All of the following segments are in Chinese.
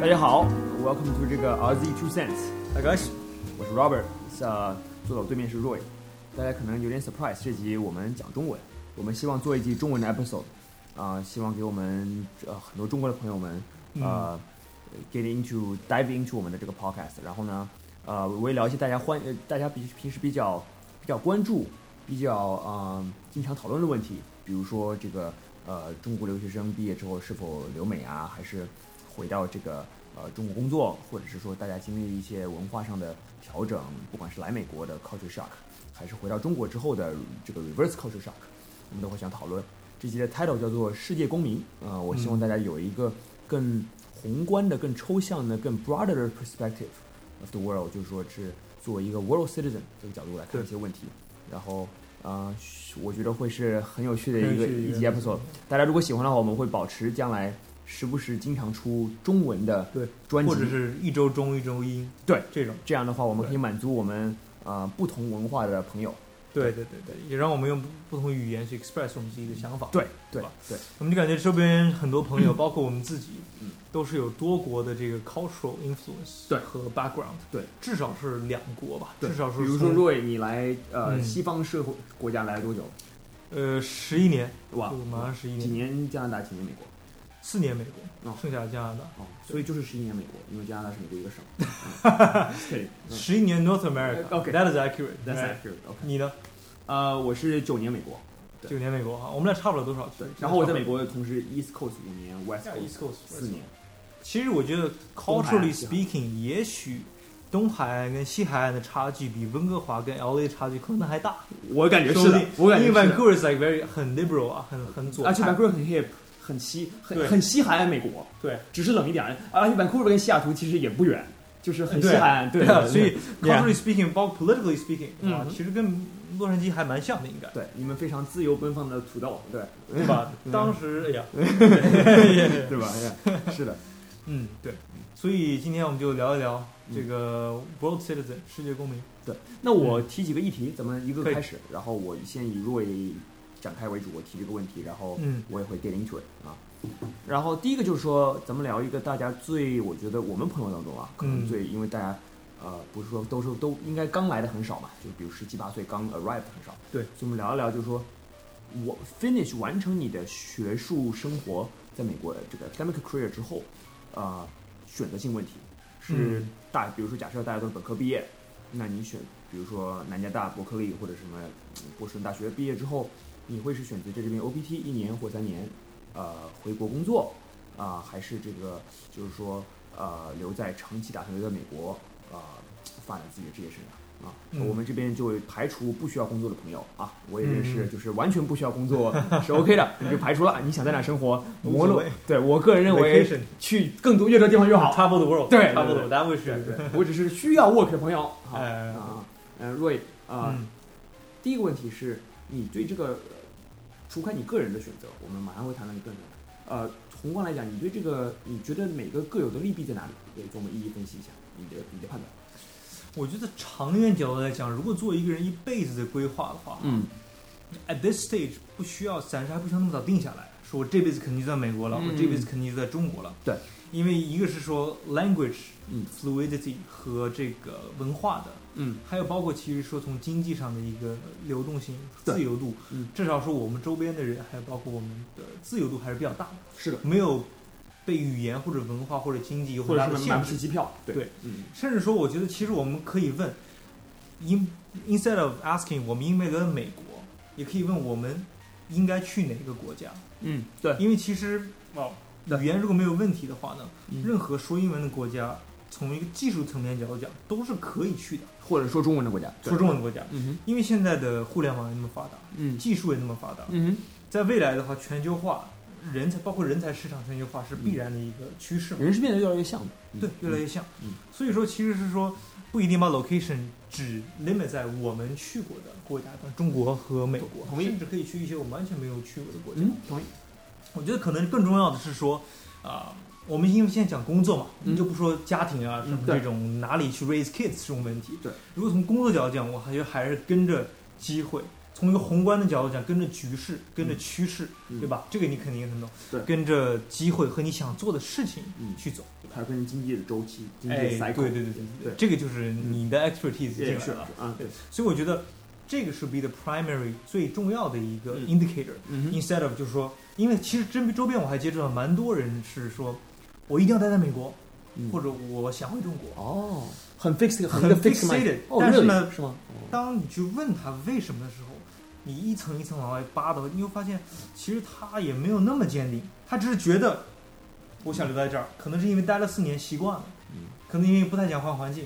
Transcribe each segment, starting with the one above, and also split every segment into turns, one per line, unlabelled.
大家好，Welcome to 这个 RZ Two Cents。大家好，我是 Robert，呃，坐在我对面是 Roy。大家可能有点 surprise，这集我们讲中文，我们希望做一集中文的 episode，啊、希望给我们呃很多中国的朋友们呃、get into dive into 我们的这个 podcast，然后呢，呃，我也聊一些大家欢呃大家比平时比较比较关注、比较呃经常讨论的问题，比如说这个呃中国留学生毕业之后是否留美啊，还是回到这个呃中国工作，或者是说大家经历一些文化上的调整，不管是来美国的 culture shock，还是回到中国之后的这个 reverse culture shock，我们都会想讨论。这集的 title 叫做《世界公民》，呃，我希望大家有一个更宏观的、更抽象的、更 broader 的 perspective of the world，就是说是作为一个 world citizen 这个角度来看一些问题。然后，呃，我觉得会是很有趣的一个
很有趣的一
一
个
集 episode。大家如果喜欢的话，我们会保持将来时不时经常出中文的
对
专辑
或，者是一周中一周一，
对
这种，
这样的话我们
对
可以满足我们呃不同文化的朋友。
对对对对，也让我们用不不同语言去 express 我们自己的想法。
嗯对对
好吧
对，
我们就感觉周边很 多朋友，包括我们自己
嗯，
都是有多国的这个 cultural influence
对
和 background，
对，
至少是两国吧，
对
至少是
比如说
从
若伟，你来呃
嗯
西方社会国家来了多久？
呃十一年，
哇
就，马上十一
几
年，
年加拿大，几年美国？
四年美国
哦，
剩下的加拿大，
哦，所以就是十一年美国，因为加拿大是美国一个省。 对
十一年 North
嗯 OK
America，that is accurate，
，That's
right？
accurate. OK，
你呢？
呃，我是九年美国，对
九年美国哈，我们俩差不了多少？
对
其，实
然后我在
差不了
美国同时 East Coast 五年，West
Yeah, East
Coast
Coast
四年。
其实我觉得
东海岸
culturally speaking，也许东海岸跟西海岸的差距比温哥华跟 LA 差距可能还大。
我感觉
说不
是的
定，
我感觉
因为
是的
Vancouver is like very 很 liberal 啊，很很左
而且
派。
Vancouver 很 hip，很西，很
对
很西海岸美国，
对
只是冷一点。而且 Vancouver 跟西雅图其实也不远，就是很西海岸。对，
啊 所以
Yeah
culturally speaking，包括 politically speaking，啊
嗯，
其实跟洛杉矶还蛮像的，应该。
对你们非常自由奔放的土豆，对
对吧
嗯？
当时，哎呀，
对吧？哎是的，
嗯，对，所以今天我们就聊一聊这个 world citizen 世界公民。
对， 那我提几个议题，咱们一个个
可以
开始，然后我先以若为展开为主，我提这个问题，然后
嗯
我也会 get into it 啊。然后第一个就是说，咱们聊一个大家最，我觉得我们朋友当中啊，可能
嗯
最，因为大家呃不是说都是都应该刚来的很少嘛，就比如十七八岁刚 arrive 的很少，
对
所以我们聊一聊，就是说我 finish 完成你的学术生活，在美国的这个 academic career 之后，呃，选择性问题是
嗯
大，比如说假设大家都是本科毕业，那你选，比如说南加大、伯克利或者什么嗯波士顿大学毕业之后，你会是选择在这边 OPT 一年或三年，呃，回国工作，啊、还是这个就是说呃留在长期打算留在美国，呃，发展自己的职业生涯啊。
嗯
我们这边就排除不需要工作的朋友啊，我也认识，
嗯
就是完全不需要工作是 OK 的，你就排除了。你想在哪生活，
无
摩
所
洛
谓，
对我个人认为
Vacation
去更多越多地方越好。
Travel the world，
对
，Travel
对
the world，that
对
was
对，我只是需要 work 的朋友。好
哎
啊，嗯，瑞啊，
嗯
第一个问题是你对这个，呃除开你个人的选择，我们马上会谈到你个人的，呃，宏观来讲，你对这个，你觉得每个各有的利弊在哪里？也给我们一一分析一下你的你的判断。
我觉得长远角度来讲，如果做一个人一辈子的规划的话，
嗯
at this stage 不需要，暂时还不需要那么早定下来，说我这辈子肯定就在美国了，
嗯
我这辈子肯定就在中国了。
对，
因为一个是说 language
嗯
fluidity 和这个文化的，
嗯
还有包括其实说从经济上的一个流动性、
对
自由度，
嗯
至少说我们周边的人，还有包括我们的自由度还是比较大的，
是的，
没有被语言或者文化或者经济有
或
很
者
大
是
的
买
限
买不
制
起。机票，
对，
嗯
甚至说，我觉得其实我们可以问，in instead of asking 我们应不应该留在美国，也可以问我们应该去哪个国家，
嗯，对，
因为其实哦，
对
语言如果没有问题的话呢，
嗯
任何说英文的国家，从一个技术层面角度讲，都是可以去的，
或者说中文的国家，
说中文的国家，
嗯哼，
因为现在的互联网也那么发达，
嗯
技术也那么发达，
嗯
在未来的话，全球化。人才包括人才市场全球化是必然的一个趋势嘛
哼，人是变得越来越像的，
对，越来
越
越像。
嗯
所以说其实是说不一定把 location 只 limit 在我们去过的国家，像中国和美国，
同意
甚至可以去一些我们完全没有去过的国家。
嗯，同意，
我觉得可能更重要的是说，啊、我们因为现在讲工作嘛，
嗯
你就不说家庭啊什么
嗯对
这种哪里去 raise kids 这种问题。
对，
如果从工作角度讲，我还觉得还是跟着机会，从一个宏观的角度讲，跟着局势，跟着趋势，
嗯
对吧？这个你肯定很懂。
对
跟着机会和你想做的事情
嗯
去走。
还有跟经济的周期、经济
哎，
的
对
cycle，
对对
对
这个就是你的 expertise
也
进
是
来了。
啊，
对，所以我觉得这个是 be the primary 最重要的一个
嗯
indicator、
嗯哼
instead of 就是说，因为其实真周边我还接触到蛮多人是说，我一定要待在美国，
嗯
或者我想回中国。
哦，很 fix，
很
很一个 fix
fixated，
哦，
但是
really？
呢
是吗？
当你去问他为什么的时候，你一层一层往外扒的话，你会发现，其实他也没有那么坚定，他只是觉得我想留在这儿，可能是因为待了四年习惯了，
嗯
可能因为不太想换环境，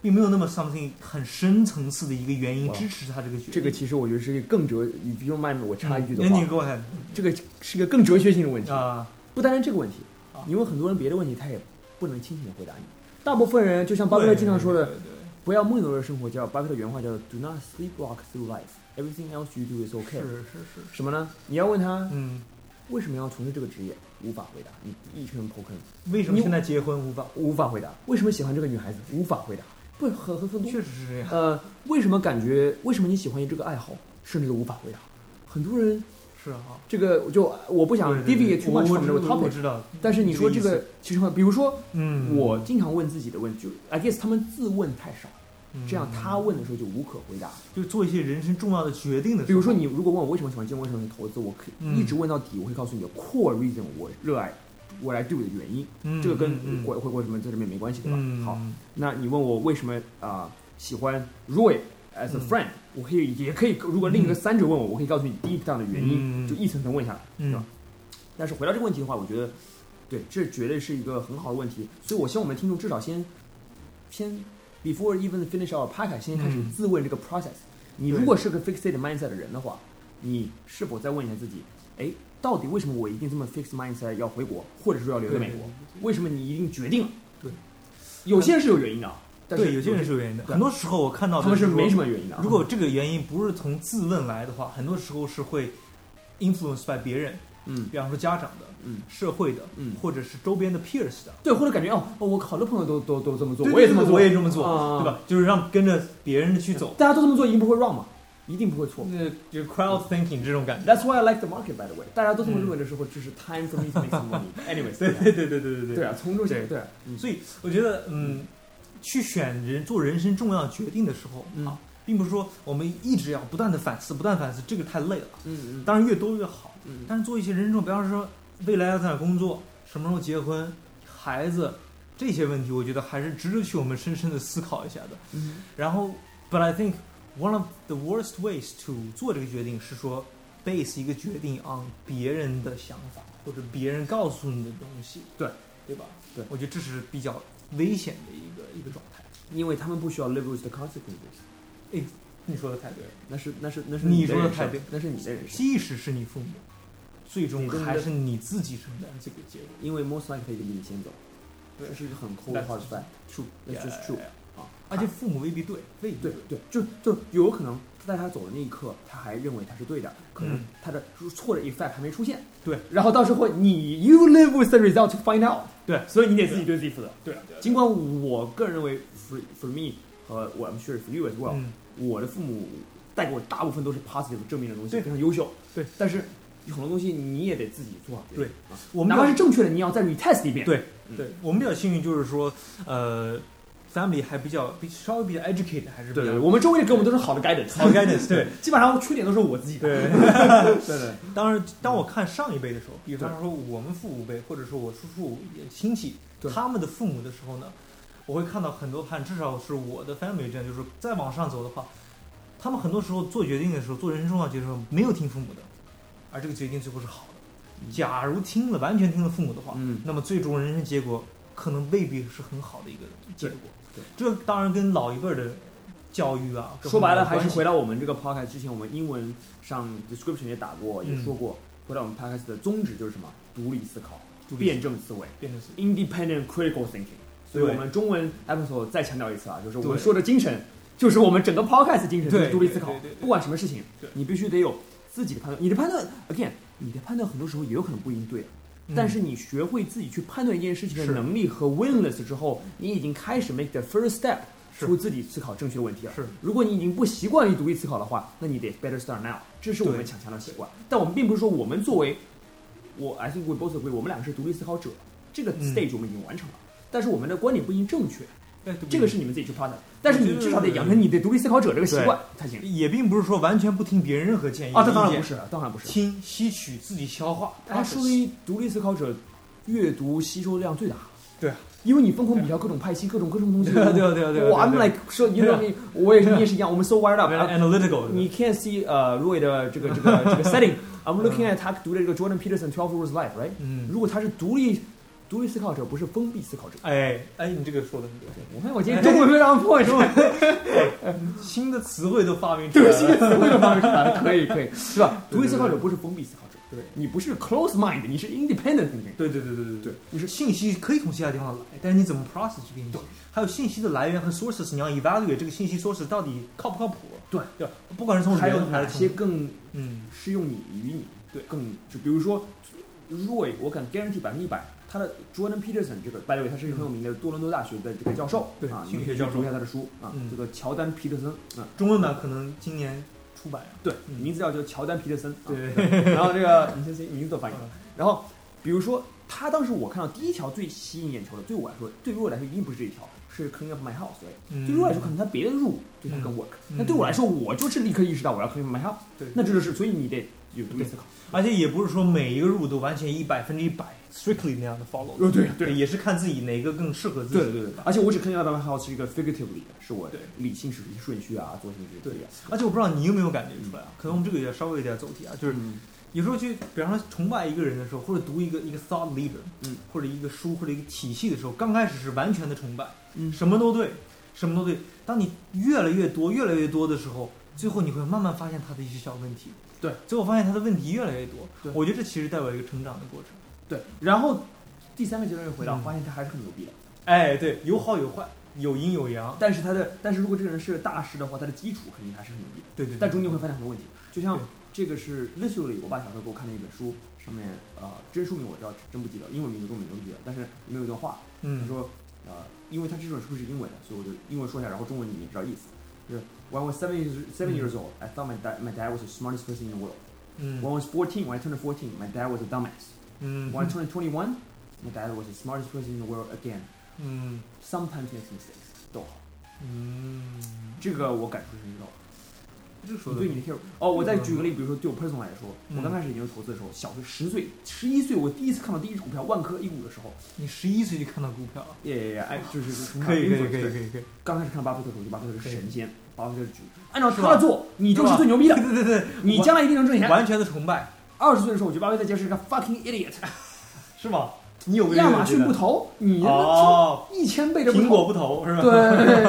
并没有那么 something 很深层次的一个原因
哇
支持他这个决定。
这个其实我觉得是一个更哲，你用麦我插一句的
那你
话，
给我看
这个是一个更哲学性的问题，
嗯啊，
不单单这个问题
啊，
你问很多人别的问题，他也不能清醒的回答你。大部分人就像巴菲特经常说的，
对，对对
不要梦游的生活，叫巴菲特原话叫 “Do not sleepwalk through life, everything else you do is okay”。
是是是，
什么呢？你要问他
嗯，
为什么要从事这个职业，无法回答，你一声头坑，
为什么
你
现在结婚无法？
无法回答。为什么喜欢这个女孩子，无法回答。不，很很很多
确实是这样，
呃，为什么感觉为什么你喜欢这个爱好，甚至都无法回答？很多人
是啊，
这个我就我不想
对
deviate
对
too
我
much
我
from
知
the
我
topic，
知道，
但是你说这
这意
个
思，
其实很比如说
嗯，
我经常问自己的问题，就 I guess 他们自问太少，这样
嗯
他问的时候就无可回答。
就做一些人生重要的决定的时候，
比如说你如果问我为什么喜欢金融，为什么喜欢投资，我可
嗯
以一直问到底，我会告诉你 core reason 我热爱。我来 do 的原因，
嗯，
这个跟
嗯
回回国什么在这边没关系，对吧？
嗯，
好，那你问我为什么啊、喜欢 Roy as a
嗯
friend，、我可以也可以，如果另一个三者问我，我可以告诉你 deep down 的原因，
嗯
就一层层问下来。
嗯，
是吧但是回到这个问题的话，我觉得，对，这绝对是一个很好的问题。所以我希望我们的听众至少先先 before even finish our podcast，先开始
嗯
自问这个 process。你
对
如果是个 fixed mindset 的人的话，你是否再问一下自己，哎，到底为什么我一定这么 fixed mindset 要回国，或者说要留在美国？为什么你一定决定了？
对，
有些人是有原因的啊，但是
对，有些人是有原因的。
对
很多时候我看到
他们是没什
么。
么原因的啊。
如果这个原因不是从自问来的话，很多时候是会 influence by 别人，
嗯
比方说家长的、
嗯
社会的，
嗯
或者是周边的 peers 的。
对，或者感觉哦哦，我好多朋友都都都这么做，
对
我也这么
对
做，
我也这么做，
啊
对吧？就是让跟着别人的去走，
大家都这么做，一定不会 wrong 嘛，一定不会错。
那就是 crowd thinking 这种感觉。
That's why I like the market, by the way。大家都这么认为的时候，就是 time for me to make some money. Anyways，
对
嗯对
对对对对对对
对啊，从中
对
对啊，嗯
所以我觉得，嗯，去选人做人生重要决定的时候、
嗯
啊，并不是说我们一直要不断的反思，不断地反思，这个太累了。
嗯嗯
当然越多越好，
嗯
但是做一些人生重，比方说未来要在哪工作，什么时候结婚，孩子这些问题，我觉得还是值得去我们深深的思考一下的。
嗯
然后，but I think one of the worst ways to 做这个决定是说 base 一个决定 on 别人的想法或者别人告诉你的东西，
对
对吧？
对
我觉得这是比较危险的一个一个状态。
因为他们不需要 live with the consequences。
你说的太对了，
那是那是那是
你
的
说的
人生
太对，
那是你的人生，
即使是你父母，最终
最终的
还是你自己承担这个结果。
因为 most likely 比你先走，这是一个很 cold
That's-
hard fact。
true，
That's
Yeah,
just
yeah,
true.
yeah.
啊
而且父母未必对，未必
对对，就就有可能在他走的那一刻，他还认为他是对的，可能
嗯
他的错的 effect 还没出现。
对，
然后到时候你 you live with the result to find out。
对
所以你得自己对自己负责。
对啊
尽管我个人认为，for for me 和我 I'm sure for you as well，、
嗯，
我的父母带给我大部分都是 positive 正面的东西，
对
非常优秀。
对，
但是有很多东西你也得自己做好决定。啊，
我
哪
们
怕是
比
正确的，你要再 retest 嗯一遍。
较对对，我们比较幸运，就是说，呃，family 还比较比稍微比较 educate，还是比
对对，
较
我们周围给我们都是好的 guidance，
好 guidance，对，
基本上缺点都是我自己的。
对。
对对，
当然，当我看上一辈的时候，比方说我们父母辈，或者说我叔叔也亲戚
对
他们的父母的时候呢，我会看到很多汉，至少是我的 family 这样，就是再往上走的话，他们很多时候做决定的时候，做人生重要决定的时候没有听父母的，而这个决定最后是好的。
嗯
假如听了完全听了父母的话，
嗯
那么最终人生结果可能未必是很好的一个结果
对。
这当然跟老一辈的教育啊，各
说白了
方
还
面
是
有关系
回到我们这个 podcast 之前，我们英文上 description 也打过，也
嗯
说过，回到我们 podcast 的宗旨就是什么？独立思考、
独立
辩证思维
变成是
，independent critical thinking。所以
对
我们中文 episode 再强调一次啊，就是我们
对
说的精神，就是我们整个 podcast 精神，就
对
是独立思考
对对对对，
不管什么事情
对，
你必须得有自己的判断。你的判断，again，你的判断很多时候也有可能不一定对的。啊但是你学会自己去判断一件事情的
嗯是
能力和 willingness 之后，你已经开始 make the first step
是
出自己思考正确的问题了。
是
如果你已经不习惯于独立思考的话，那你得 better start now。这是我们
对
强强的习惯，但我们并不是说我们作为我 I think we both agree，我们两个是独立思考者，这个
嗯
stage 我们已经完成了，但是我们的观点不一定正确，
哎，对不
这个
起
是你们自己去 process。但是
我觉
你
得
至少得养成你对独立思考者这个习惯才行
也并不是说完全不听别人任何建议
啊！这当
意
然
见
不是，当然不是。
听吸取自己消化。
他说明独立思考者阅读吸收量最大，
对啊，
因为你疯狂比较各种派系、各种各种东西。
对啊对啊对啊对啊对啊
我 I'm
对啊
like 说，you know me，我也是，
对啊
你也是一样，我们 so wired up
对
啊。
analytical，
你 can't see 呃 Roy 的这个这个 这个 setting。I'm looking at 他读的这个 Jordan Peterson Twelve Rules of Life right？
嗯，
如果他是独立独立思考者，不是封闭思考者。
哎哎，你这个说的很对，
我看我今天中文非常破， 中文
新的词汇都发明出来
对
了，
新的词汇的方式打的可以可以，是吧？
对对对
独立思考者不是封闭思考者，
对
你不是 close mind，你是 independent thinking。
对对对对对
对，
你是信息可以从其他地方来，但是你怎么 process 这个信息，还有信息的来源和 sources，你要 evaluate 这个信息 sources 到底靠不靠谱？
对
对吧，不管是从
还有
人
哪
还是
些
从
更
嗯
适用你与你？
对
更就比如说 Roy，我敢 guarantee 百分之一百，他的 Jordan Peterson 这个 by the way，他是一个很有名的多伦多大学的这个教授，
对
啊，
心
你
理
可以
学
去
教授
读一下他的书啊
嗯，
这个乔丹皮特森啊，
中文版可能今年出版呀，
对，
嗯
名字叫叫乔丹皮特森，啊，
对，嗯
然后这个你先先名字都翻译了，然后比如说他当时我看到第一条最吸引眼球的，对我来说，对于我来说一定不是这一条，是 clean up my house，
嗯
对于我来说可能他别的入对他更 work，
嗯
那对我来说我就是立刻意识到我要 clean up my house，
对
那这就是所以你得有独立思考。
而且也不是说每一个入都完全一百分之一百 strictly 那样的 follow，
呃对对
也是看自己哪个更适合自己，
对对对，而且我只看到 my house 是一个 figuratively 的，是我
对
理性顺顺序啊，做性这些
对
对呀，
而且我不知道你有没有感觉出
嗯
来啊，可能我们这个也稍微有点走题啊，就是有时候去，比方说崇拜一个人的时候，或者读一个一个 thought leader，
嗯，
或者一个书或者一个体系的时候，刚开始是完全的崇拜，
嗯
什么都对，什么都对。当你越来越多、越来越多的时候，最后你会慢慢发现他的一些小问题。
对，
最后发现他的问题越来越多。
对
我觉得这其实代表一个成长的过程。
对，然后第三个阶段又回到，
嗯
发现他还是很牛逼的，
哎，对，有好有坏，有阴有阳。
但是他的，但是如果这个人是大师的话，他的基础肯定还是很牛逼的。
对对对。
但中间会发现很多问题，就像
对
这个是 literally 我爸小时候给我看的一本书，上面呃真书名我知道真不记得，英文名字中文名都不记得，但是里面有一段话，他
嗯，
说呃因为他这本书是英文的，所以我就英文说一下，然后中文你也知道意思。就是 When I was seven years seven
嗯
years old, I thought my dad my dad was the smartest person in the world. When I
嗯
was fourteen, when I turned fourteen, my dad was a dumbass.
嗯
When I turned twenty one, my dad was the smartest person in the world again.
嗯
Sometimes makes mistakes. 逗号，
嗯，
这个我感触深受。
这个说
你
的
对你的 care 哦，我再举个例，比如说对我 personal 来说，
嗯
我刚开始研究投资的时候，小学十岁、十一岁，我第一次看到第一只股票万科 A 股的时候，
你十一岁就看到股票了，
也哎，就是就是
可以可以可以可
对
以可以。
刚开始看巴菲特的时候，就巴菲特是
可以
神仙，巴菲特是举，按照
是
他
吧
的做，你就是
吧
最牛逼的，
对对对，
你将来一定能挣钱。
完全的崇拜，
二十岁的时候，我觉得巴菲特简直是个 fucking idiot，
是吗？你有没有
亚马逊
这
不
个觉
投，你
得
他妈
哦，
一千倍的
苹果不投是吧？
对，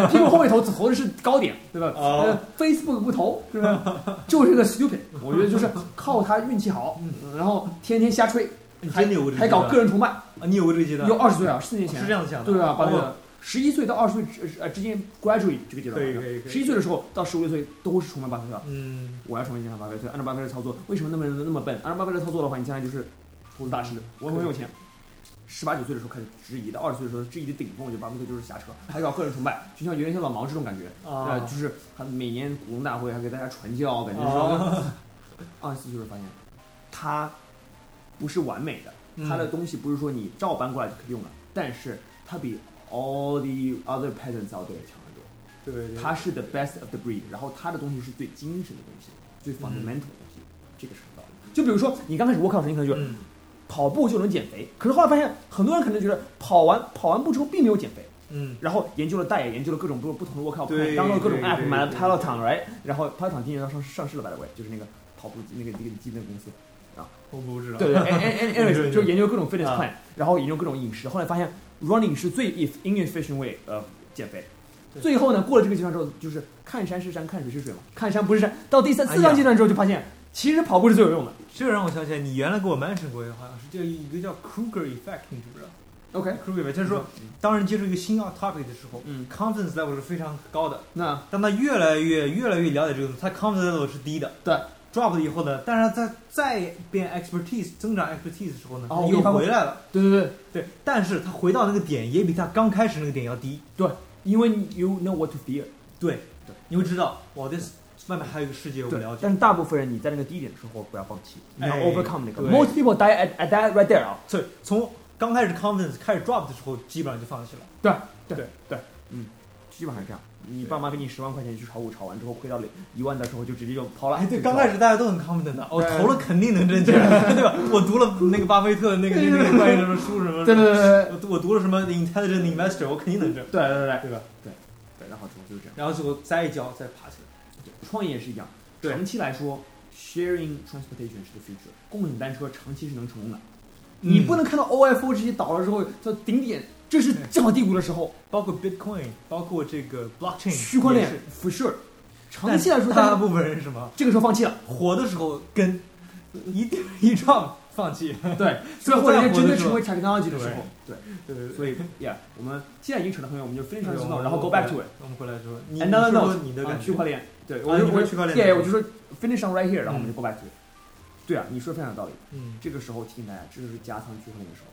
苹果后面投投的是高点，对吧？
哦
呃，Facebook 不投，是吧？就是个 stupid，我觉得就是靠他运气好，
嗯
然后天天瞎吹，
你
还
真的有过这个
还搞个人崇拜，
啊？你有过这个阶段？
有二十岁啊，四年前
是这样想的，
对啊，把这
哦
个十一岁到二十岁之呃之间 gradually 这个阶段
可以可以可以
十一岁的时候到十五六岁都是崇拜巴菲特，
嗯，
我要崇拜一下巴菲特，按照巴菲特操作，为什么那么那么笨？按照巴菲特操作的话，你将来就是投资大师，我很有钱。十八九岁的时候开始质疑的，二十岁的时候质疑的顶峰，我觉得巴菲特就是瞎扯，还搞个人崇拜，就像有点像老毛这种感觉，
啊
呃，就是他每年股东大会还给大家传教，感觉说，
啊，
二十四岁的时候发现他不是完美的，
嗯
他的东西不是说你照搬过来就可以用的，但是他比 all the other peasants out there 强很多，
对对对，
他是 the best of the breed，然后他的东西是最精神的东西，
嗯
最 fundamental 的东西，这个是很道理的。就比如说你刚开始 workout 时，你可能觉得
嗯
跑步就能减肥，可是后来发现很多人可能觉得跑完跑完步之后并没有减肥，
嗯
然后研究了代也研究了各种不不同的 workout，
对
plan，当了各种
对
app，
对
买了
对
Peloton right，然后 Peloton 今年要上上市了 by the way，就是那个跑步机那个那个机那个公司，
我不知道，
对对哎 ，and and anyways，就是研究各种 fitness
啊
plan，然后研究各种饮食，后来发现 running 是最 if inefficient way 呃减肥。
对
最后呢，过了这个阶段之后，就是看山是山，看水是水嘛，看山不是山。到第三
哎呀
四项阶段之后，就发现其实跑步是最有用的。
这让我想起来，你原来给我 mention 过一个，好像是叫一个叫 Kruger effect，你知不知道
OK，
？Kruger effect 就是说，当人接触一个新 topic 的时候
嗯，
，confidence level 是非常高的，
那
当他越来越越来越了解这个东西，他 confidence level 是低的。
对
，drop 了以后呢，但是他再变 expertise 增长 expertise 的时候呢，
哦
他
我
又
明白
回来了。
对对对
对，但是他回到那个点也比他刚开始那个点要低。
对，因为 you know what to fear。
对
对，
你会知道，哇，这外面还有一个世界我不了解。
但是大部分人你在那个低点的时候不要放弃，你要
哎
overcome 那个。
对
Most people die at at that right there 啊。
所以从刚开始 confidence 开始 drop 的时候，基本上就放弃了。
对对
对
对，嗯，基本上是这样。你爸妈给你十万块钱去炒股，炒完之后亏到了一万的时候就直接就抛了。
哎，对，刚开始大家都很 confident 的，我、
对
投了肯定能挣钱， 对吧？我读了那个巴菲特的那个那个关于什么书什么，
对对对对
我我读了什么 intelligent investor，我肯定能挣，
对对对
对吧？
对，然后之后就是这样。
然后最后栽一跤再爬起来，
创业也是一样，
对
长期来说，sharing transportation 是 the future，共享单车长期是能成功的。你不能看到 OFO 这些倒了之后到顶点，这是正好低谷的时候，
包括 bitcoin，包括这个 blockchain
区块链
也是
for sure。长期来说，大
大
家
部分人是什么？
这个时候放弃了，
火的时候跟一一 drop 放弃，
对，最后人家真的成为 technology 的
对
时候，对，
对对对。
所以，yeah，我们现在已经扯得很远，我们就 finish
但
this
是
note，然后 go back to it。。
我们回来之后，你
And another
你说
note，
说你的
啊
感觉
区块链，对，
啊
我
你
就
说
我
区块链
yeah，
的
我
东
就
西
说 finish on right here，然后我们就
嗯
go back to it。对啊，你说的非常有道理。
嗯，
这个时候提醒大家，这就是加仓区块链的时候。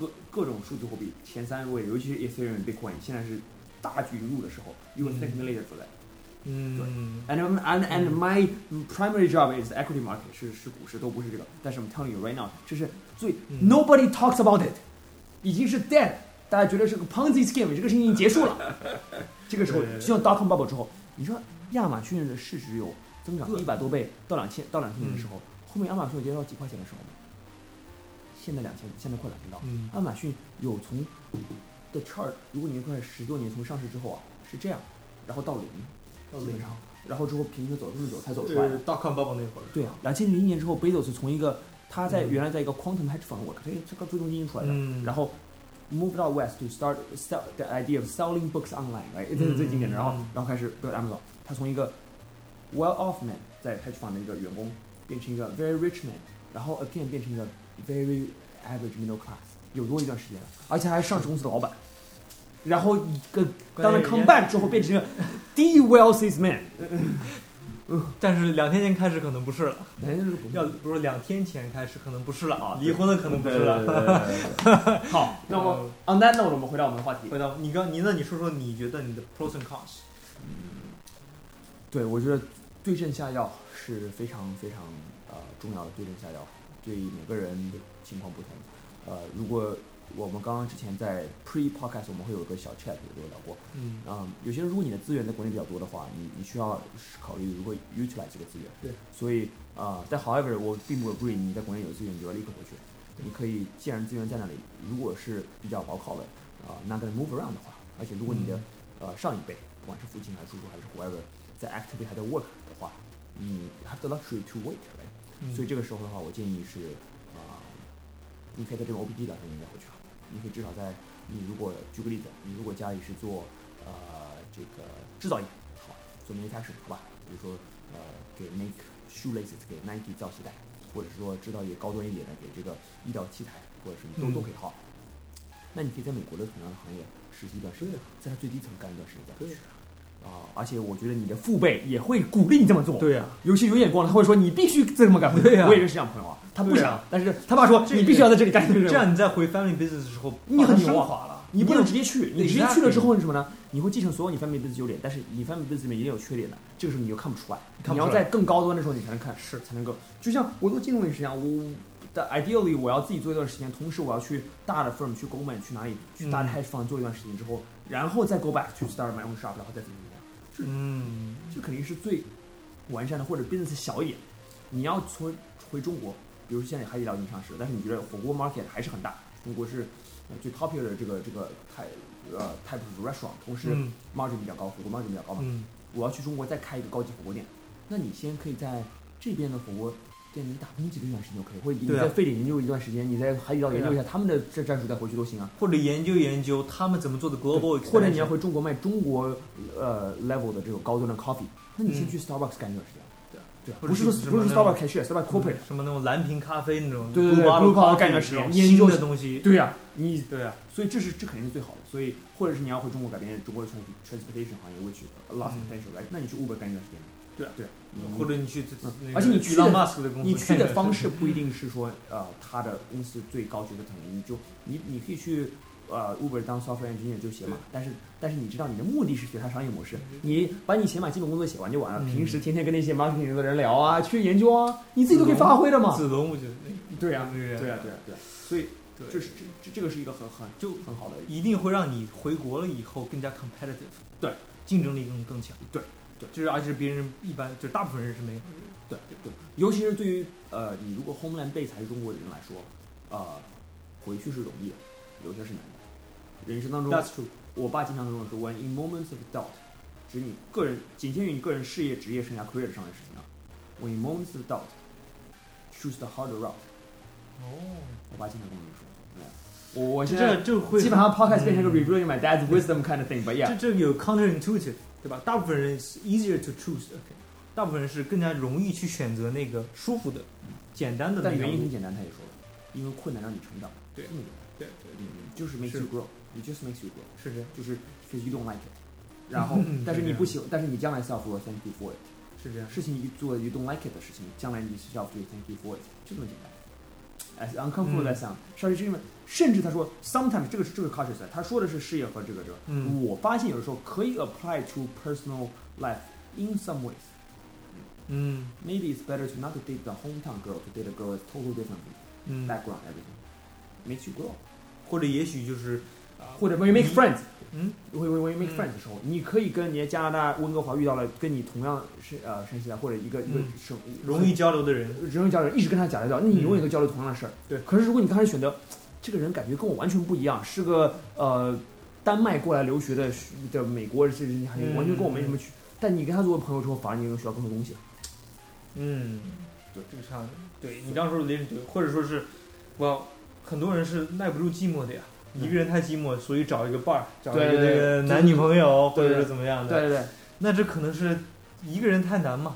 各各种数字货币前三位，尤其是 Ethereum、Bitcoin，现在是大举入的时候。You will thank me later for that.
嗯，
And um, and and my primary job is the equity market，是是股市，都不是这个。但是 I'm telling you right now，这是最、
嗯
nobody talks about it，已经是 dead，大家觉得是个 Ponzi scheme，这个事情已经结束 了。这个时候，
对对对
就像 dot com bubble 之后，你说亚马逊的市值有增长
对嗯
一百多倍到两千到两千年的时候，后面亚马逊有跌到几块钱的时候吗？现在两千，现在快两千到。
嗯
亚马逊有从的 chart，如果你看十多年从上市之后啊，是这样，然后到零，
到
基
零
本上，然后之后平均走了这么久才走出来
对
的。
dot com bubble 那会儿，
对啊，两千零一年之后，北斗是从一个他在
嗯
原来在一个 quantum hedge fund，我这这个最中心出来的，
嗯
然后 moved out west to start sell the idea of selling books online，right，这是最经典的。然后
嗯
然后开始 build Amazon，他从一个 well off man 在 hedge fund 的一个员工，变成一个 very rich man，然后 again 变成一个 very average middle class，有多一段时间了，而且还是上市公司的老板。然后一个当了
关键
come back 之后，变成一个 the wealthiest man，
但是两天前开始可能不是了，
哎，这个不
要不是两天前开始可能不是了
啊
离婚了可能不是了。
好，那么 on that note，我们回到我们的话题。
回到你刚，你那你说说你觉得你的 pros and cons，
对，我觉得对症下药是非常非常呃重要的。对症下药对每个人的情况不同。呃，如果我们刚刚之前在 pre podcast 我们会有一个小 chat 有聊过，
嗯，
嗯，有些人如果你的资源在国内比较多的话，你你需要考虑如何 utilize 这个资源。
对，
所以啊、呃但 however 我并不 agree 你在国内有资源你就要立刻回去，你可以既然资源在那里，如果是比较牢靠的啊、那 not gonna move around 的话，而且如果你的、呃上一辈，不管是父亲还是叔叔还是 whoever，在 actively 还在 work 的话，你 have the luxury to wait，、right? 所以
这
这个时候的话，我建议是啊、你可以在这个 OPT 的时候应该回去了，你可以至少在你如果举个例子，你如果家里是做呃这个制造业，好，做 manufacturing 好吧，比如说呃给 make shoelaces 给 Nike 造鞋带，或者是说制造业高端一点的给这个医疗器材，或者是你都、
嗯
都可以好。那你可以在美国的同样的行业实习一段时间
对，啊
在它最低层干一段时间再回
对
去。啊、而且我觉得你的父辈也会鼓励你这么做。
对呀，啊
有些有眼光的，他会说你必须这么干。
对呀
我也认识这样的朋友啊，他不
对
想，
呀
但是他爸说
这
你必须要在这里干这个
这样你在回 family business 的时候，
你很
把它
牛啊
升华了，
你不能直接去，你直接去了
Exactly
之后是什么呢？你会继承所有你 family business 优点，但是你 family business 里面也有缺点的，这个时候你又看不出来。
看
你
不出
要
来
在更高端的时候，你才能看
是
才能够。就像我做金融也是一样，我的 ideally 我要自己做一段时间，同时我要去大的 firm 去 Goldman 去哪里去大的
嗯
hedge fund 做一段时间之后，然后再 go back 去 start my own shop，然后再怎么怎么样。
嗯，
这肯定是最完善的，或者 business 小一点。你要从回中国，比如说现在海底捞已经上市了，但是你觉得火锅 market 还是很大，中国是呃最 popular 的这个这个 type 呃 type of restaurant，同时
嗯
margin 比较高，火锅 margin 比较高嘛。
嗯
我要去中国再开一个高级火锅店，那你先可以在这边的火锅店里打工几个月段时间就可以，或者你
对啊啊
在沸点研究一段时间，你在海底捞研究一下他们的战战术再回去都行啊。
或者研究研究他们怎么做的 global，
或者你要
expansion
回中国卖中国呃 level 的这种高端的 coffee，那你先
嗯
去 Starbucks 干一段时间。
对啊
对啊，
或
不
者
是说
是
不是
什
说
么嗯
Starbucks cashier，Starbucks corporate。
什么那种蓝瓶咖啡那种，
对对对
blue
blue collar
collar
干的
coffee
时
那
候
种
研
新
究
的东西，
对呀、你
对啊，
所以这是这肯定是最好的。所以或者是你要回中国改变中国的 trans- transportation 行业，which is a lot of
嗯
potential，、right？那你去 Uber 干一段时间。
对啊
对啊，你
或者你去
嗯，
那个
而且你去的
Elon Musk 的公司，
你去的方式不一定是说，呃，他的公司最高决策层，你就你你可以去呃 Uber 当 software engineer 就写码，但是但是你知道你的目的是学它商业模式，你把你写码基本工作写完就完了，
嗯
平时天天跟那些 marketing 的人聊啊，去研究啊，你自己都可以发挥的嘛。
子龙我觉得那个
对呀、
那个啊
对啊呀、对呀、对呀、所以
对，
这是这这这个是一个很很
就
很好的
一定会让你回国了以后更加 competitive，
对，
竞争力更更强，
对对
就是而且别人一般就是大部分人是没有的，
对对对，尤其是对于呃，你如果 homeland base 还是中国的人来说，呃，回去是容易的，留下是难的。人生当
That's
中，
true，
我爸经常跟我说，when in moments of doubt，指你个人仅限于你个人事业、职业、生涯、career 上的事情啊。When in moments of doubt，choose the harder route。
哦，
我爸经常跟我这么说。对我我现
这
在
这会
基本上 podcast 变成一个
嗯
reviewing my dad's wisdom kind of thing，but yeah，
这这有 counterintuitive，对吧？大部分人 is easier to choose，、okay. 大部分人是更加容易去选择那个舒服的、简单的那
但
条
原因很
路。
简单，他也说了，因为困难让你成长。
对
嗯，
对对，
嗯就是 makes
是
you grow，it just makes you grow。
是这样，
就是 c a u s you don't like it，然后
嗯
但是你不喜，但是你将来 self will thank you for it。
是这样。
事情一做 you don't like it 的事情，将来你 self 就 thank you for it，就这么简单。As uncomfortable as I
嗯
am，稍微是因为，甚至他说 sometimes 这个是这个 cautious，的他说的是事业和这个这个。
嗯
我发现有时候可以 apply to personal life in some ways。
嗯
Maybe it's better to not to date the hometown girl to date a girl with totally different
嗯，
background everything. Makes you grow，
或者也许就是，啊
或者 when you make
你
friends，
嗯，
会会会 make
嗯
friends 的时候，你可以跟你在加拿大温哥华遇到了跟你同样是呃山西的或者一个一个
嗯
省
容易交流的人，
容易交流，一直跟他讲来讲，那你
嗯
永远可以交流同样的事儿。
对
可是如果你刚开始选择这个人，感觉跟我完全不一样，是个呃丹麦过来留学的的美国人，这这还
嗯
完全跟我没什么区。但你跟他做为朋友之后，反而你能学到更多东西。
嗯，
对
这个差，对你刚说的也是对，或者说是，我很多人是耐不住寂寞的呀。
嗯
一个人太寂寞，所以找一个伴儿，找一
对
个
对
这
对
个
就是
男女朋友，或
对
者
对
是怎么样的。
对对对，
那这可能是一个人太难嘛。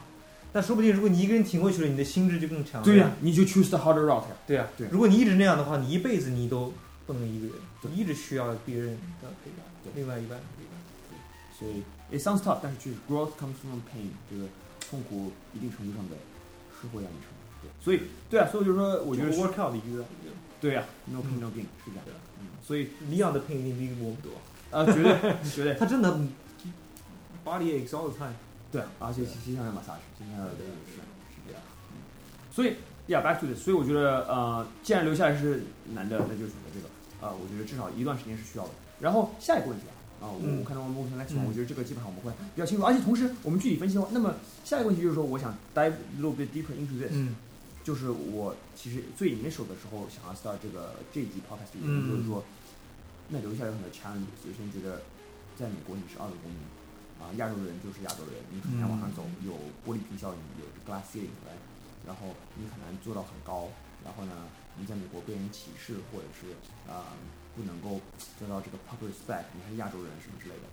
但说不定如果你一个人挺过去了，你的心智就更强了。
对呀，你就 choose the harder route 呀。
对呀、
对
如果你一直那样的话，你一辈子你都不能一个人，
对
你一直需要别人的陪伴，
对
另外一半的陪伴。
所以 it sounds tough，但是就是 growth comes from pain，这个痛苦一定程度上的是会让你成长。对，所以对啊，所以就是说，我觉得是
work out 的一个
对呀、n o pain
嗯
no gain 是这样的
对啊，
嗯，所以
李阳的配音比我们多，
啊、绝对绝对
他真的 body aches all the time。
对啊，而且其实上要马萨什，今天要的是是这样，嗯，所以 yeah back to this，所以我觉得呃，既然留下来是难的，那就选择这个，啊、我觉得至少一段时间是需要的。然后下一个问题啊。啊，我
嗯
我看到我们目前来讲，
嗯
我觉得这个基本上我们会比较清楚，而且同时我们具体分析的话，那么下一个问题就是说，我想 dive a little bit deeper into this，、
嗯
就是我其实最 initial 的时候想要 start 这个这一集 podcast 的原
嗯
因就是说，那留下有很多 challenge，有些人觉得在美国你是二度公民，啊、亚洲人就是亚洲人，你很难往上走，有玻璃瓶效应，有 glass ceiling，right？然后你很难做到很高，然后呢，你在美国被人歧视或者是啊、不能够得到这个 public respect，你是亚洲人什么之类的，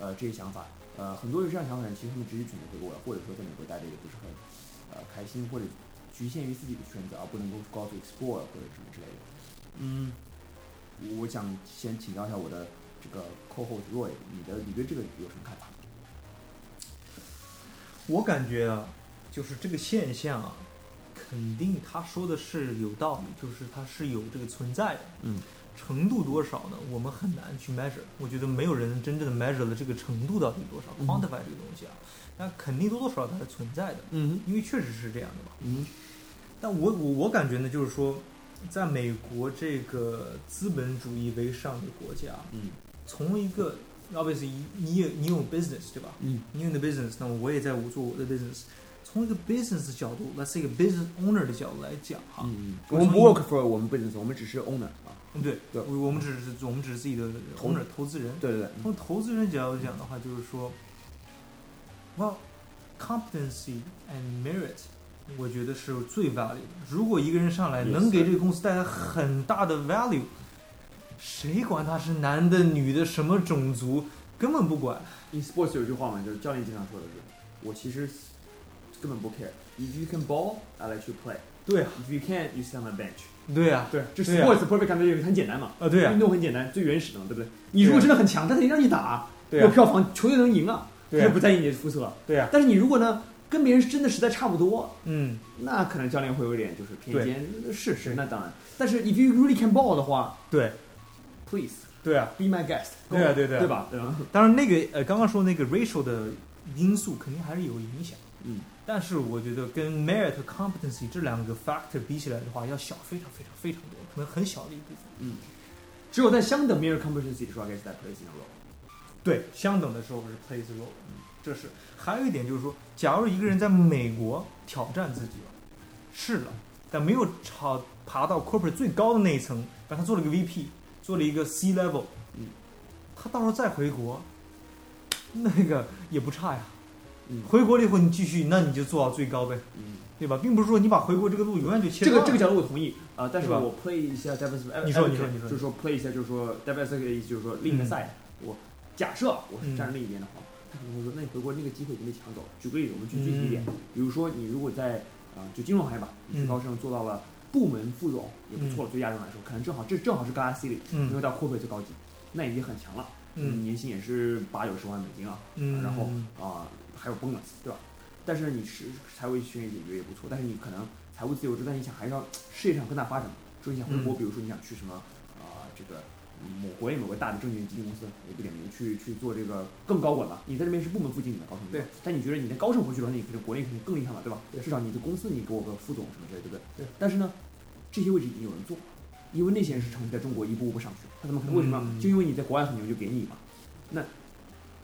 呃，这些想法，呃，很多有这样想法的人，其实他们直接选择回国了，或者说在美国待着也不是很呃开心，或者局限于自己的选择，而不能够 go to explore 或者什么之类的。嗯，我想先请教一下我的这个 co-host Roy，你的你对这个有什么看法？
我感觉啊，就是这个现象啊，肯定他说的是有道理，就是它是有这个存在的。
嗯，
程度多少呢？我们很难去 measure。我觉得没有人真正的 measure 了这个程度到底多少
嗯
，quantify 这个东西啊，那肯定多多少少它是存在的，
嗯
因为确实是这样的嘛。
嗯
但我我我感觉呢，就是说，在美国这个资本主义为上的国家，
嗯
从一个 obviously 你也你有 business 对吧？
嗯
你有你的 business，那我也在我做我的 business。从一个 business 的角度，let's say 一个 business owner 的角度来讲哈，
嗯，
我
我们
从
不 work for，我们不 business，我们只是 owner 啊。
嗯，对，
对
我我们只是我们只是自己的
投
owner 投资人。
对对对，
从投资人角度讲的话，就是说，well competency and merit，我觉得是最 value 的。如果一个人上来
Yes,
能给这个公司带来很大的 value，谁管他是男的、女的、什么种族，根本不管。
In sports 有句话嘛，就是教练经常说的是，我其实根本不 care。If you can ball, I let you play.
对啊，
If you can't, you sit on my bench.
对啊，
对，这
对啊
sports perfect c o m b i n 很简单嘛，
啊，对啊
运，动很简单，最原始的嘛，对不对？你如果真的很强，他肯定让你打，
对
有
啊，
票房，球队能赢啊，他
对
就
啊
不，在意你的肤色。
对啊，
但是你如果呢，跟别人真的实在差不多，
嗯。
那可能教练会有点就是偏
对
见，是是，
对
那当然。但是 if you really can ball 的话
对，
，please
对啊，
Be my guest，
对啊对啊对啊
对吧？对吧？
当然那个呃刚刚说那个 racial 的因素肯定还是有影响，
嗯，
但是我觉得跟 merit 和 competency 这两个 factor 比起来的话，要小非常非常非常多，可能很小的一部分。
只有在相等 mere competency 的时候，I guess that plays in a role。
对，相等的时候是 plays a role，这是还有一点就是说，假如一个人在美国挑战自己了，试了，但没有朝爬到 corporate 最高的那一层，把他做了个 VP，做了一个 C level，
嗯，
他到时候再回国，那个也不差呀。
嗯
回国了以后你继续，那你就做到最高呗，
嗯，
对吧？并不是说你把回国这个路永远就切
这
断
个
了。
这个角度我同意啊、呃但是
对吧
我 play 一下 devil's
你
advocate，
说你说你说
就是说 play 一下，就是说 devil's advocate 的意思就是说另一个
嗯
side，、我假设我是
嗯
站另一边的话，他可能会说，那你回国那个机会已经被抢走了。举个例子，我们举具体一点，比如说你如果在啊、呃就金融行业吧，你
嗯
是高盛做到了部门副总，也不错了，对亚洲人来说，可能正好这正好是 Gaia City，没有
嗯
到 corporate 最高级，那已经很强了，
嗯
年薪也是八九十万美金啊，
嗯，
然后啊、还有 bonus，对吧？但是你是财务学解决也不错，但是你可能财务自由之后，但你想还是要事业上更大发展。说你想回国，
嗯
比如说你想去什么啊、这个某国内某个大的证券基金公司，也不点名去去做这个更高管了。你在这边是部门副经理的高层，吧
对。
但你觉得你在高盛回去的话，那你肯定国内肯定更厉害嘛，对吧？
对
至少你的公司你给我个副总什么之类的，对不对？
对。
但是呢，这些位置已经有人做了，因为那些人是长期在中国一步步上去的，他怎么可能为什么要、
嗯
就因为你在国外很牛就给你嘛？那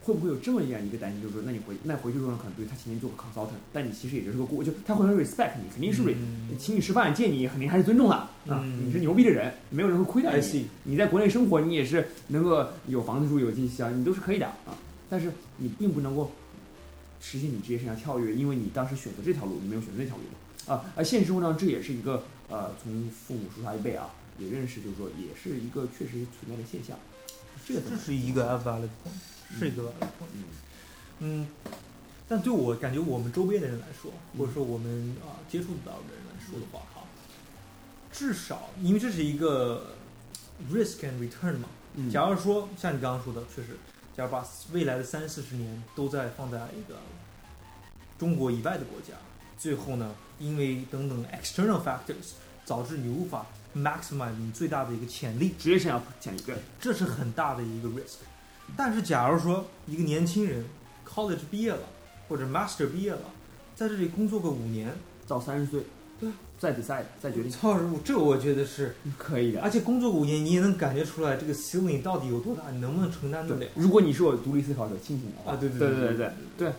会不会有这么样一个担心，就是说，那你回那回去之后呢，可能对他前面做个 consultant，但你其实也就是个顾，就他会很 respect 你，肯定是 r e
嗯
请你吃饭见你肯定还是尊重的啊，
嗯
你是牛逼的人，没有人会亏待
I
你。
see，
你在国内生活，你也是能够有房子住、有进啊，你都是可以的啊。但是你并不能够实现你职业生涯跳跃，因为你当时选择这条路，你没有选择那条路嘛啊。而现实生活当中，这也是一个呃，从父母叔叔阿姨辈啊，也认识，就是说，也是一个确实存在的现象。这个怎
这
么
是一个 valid point，是一个 valid point。
嗯
嗯，但对我感觉我们周边的人来说，或者说我们啊、接触到的人来说的话，哈，至少因为这是一个 risk and return 嘛。
嗯
假如说像你刚刚说的，确实，假如把未来的三四十年都在放在一个中国以外的国家，最后呢，因为等等 external factors 导致你无法 maximize 你最大的一个潜力，
职业生涯讲一个，
这是很大的一个 risk。但是假如说一个年轻人 college 毕业了，或者 master 毕业了，在这里工作个五年，
到三十岁，
对，嗯
再 decide 再决定，
操，这我觉得是，
可以的
而。且工作个五年，你也能感觉出来这个 ceiling 到底有多大，你能不能承担得了
对，。如果你是我独立思考者、清醒的话，
啊对
对
对
对对
对对
对，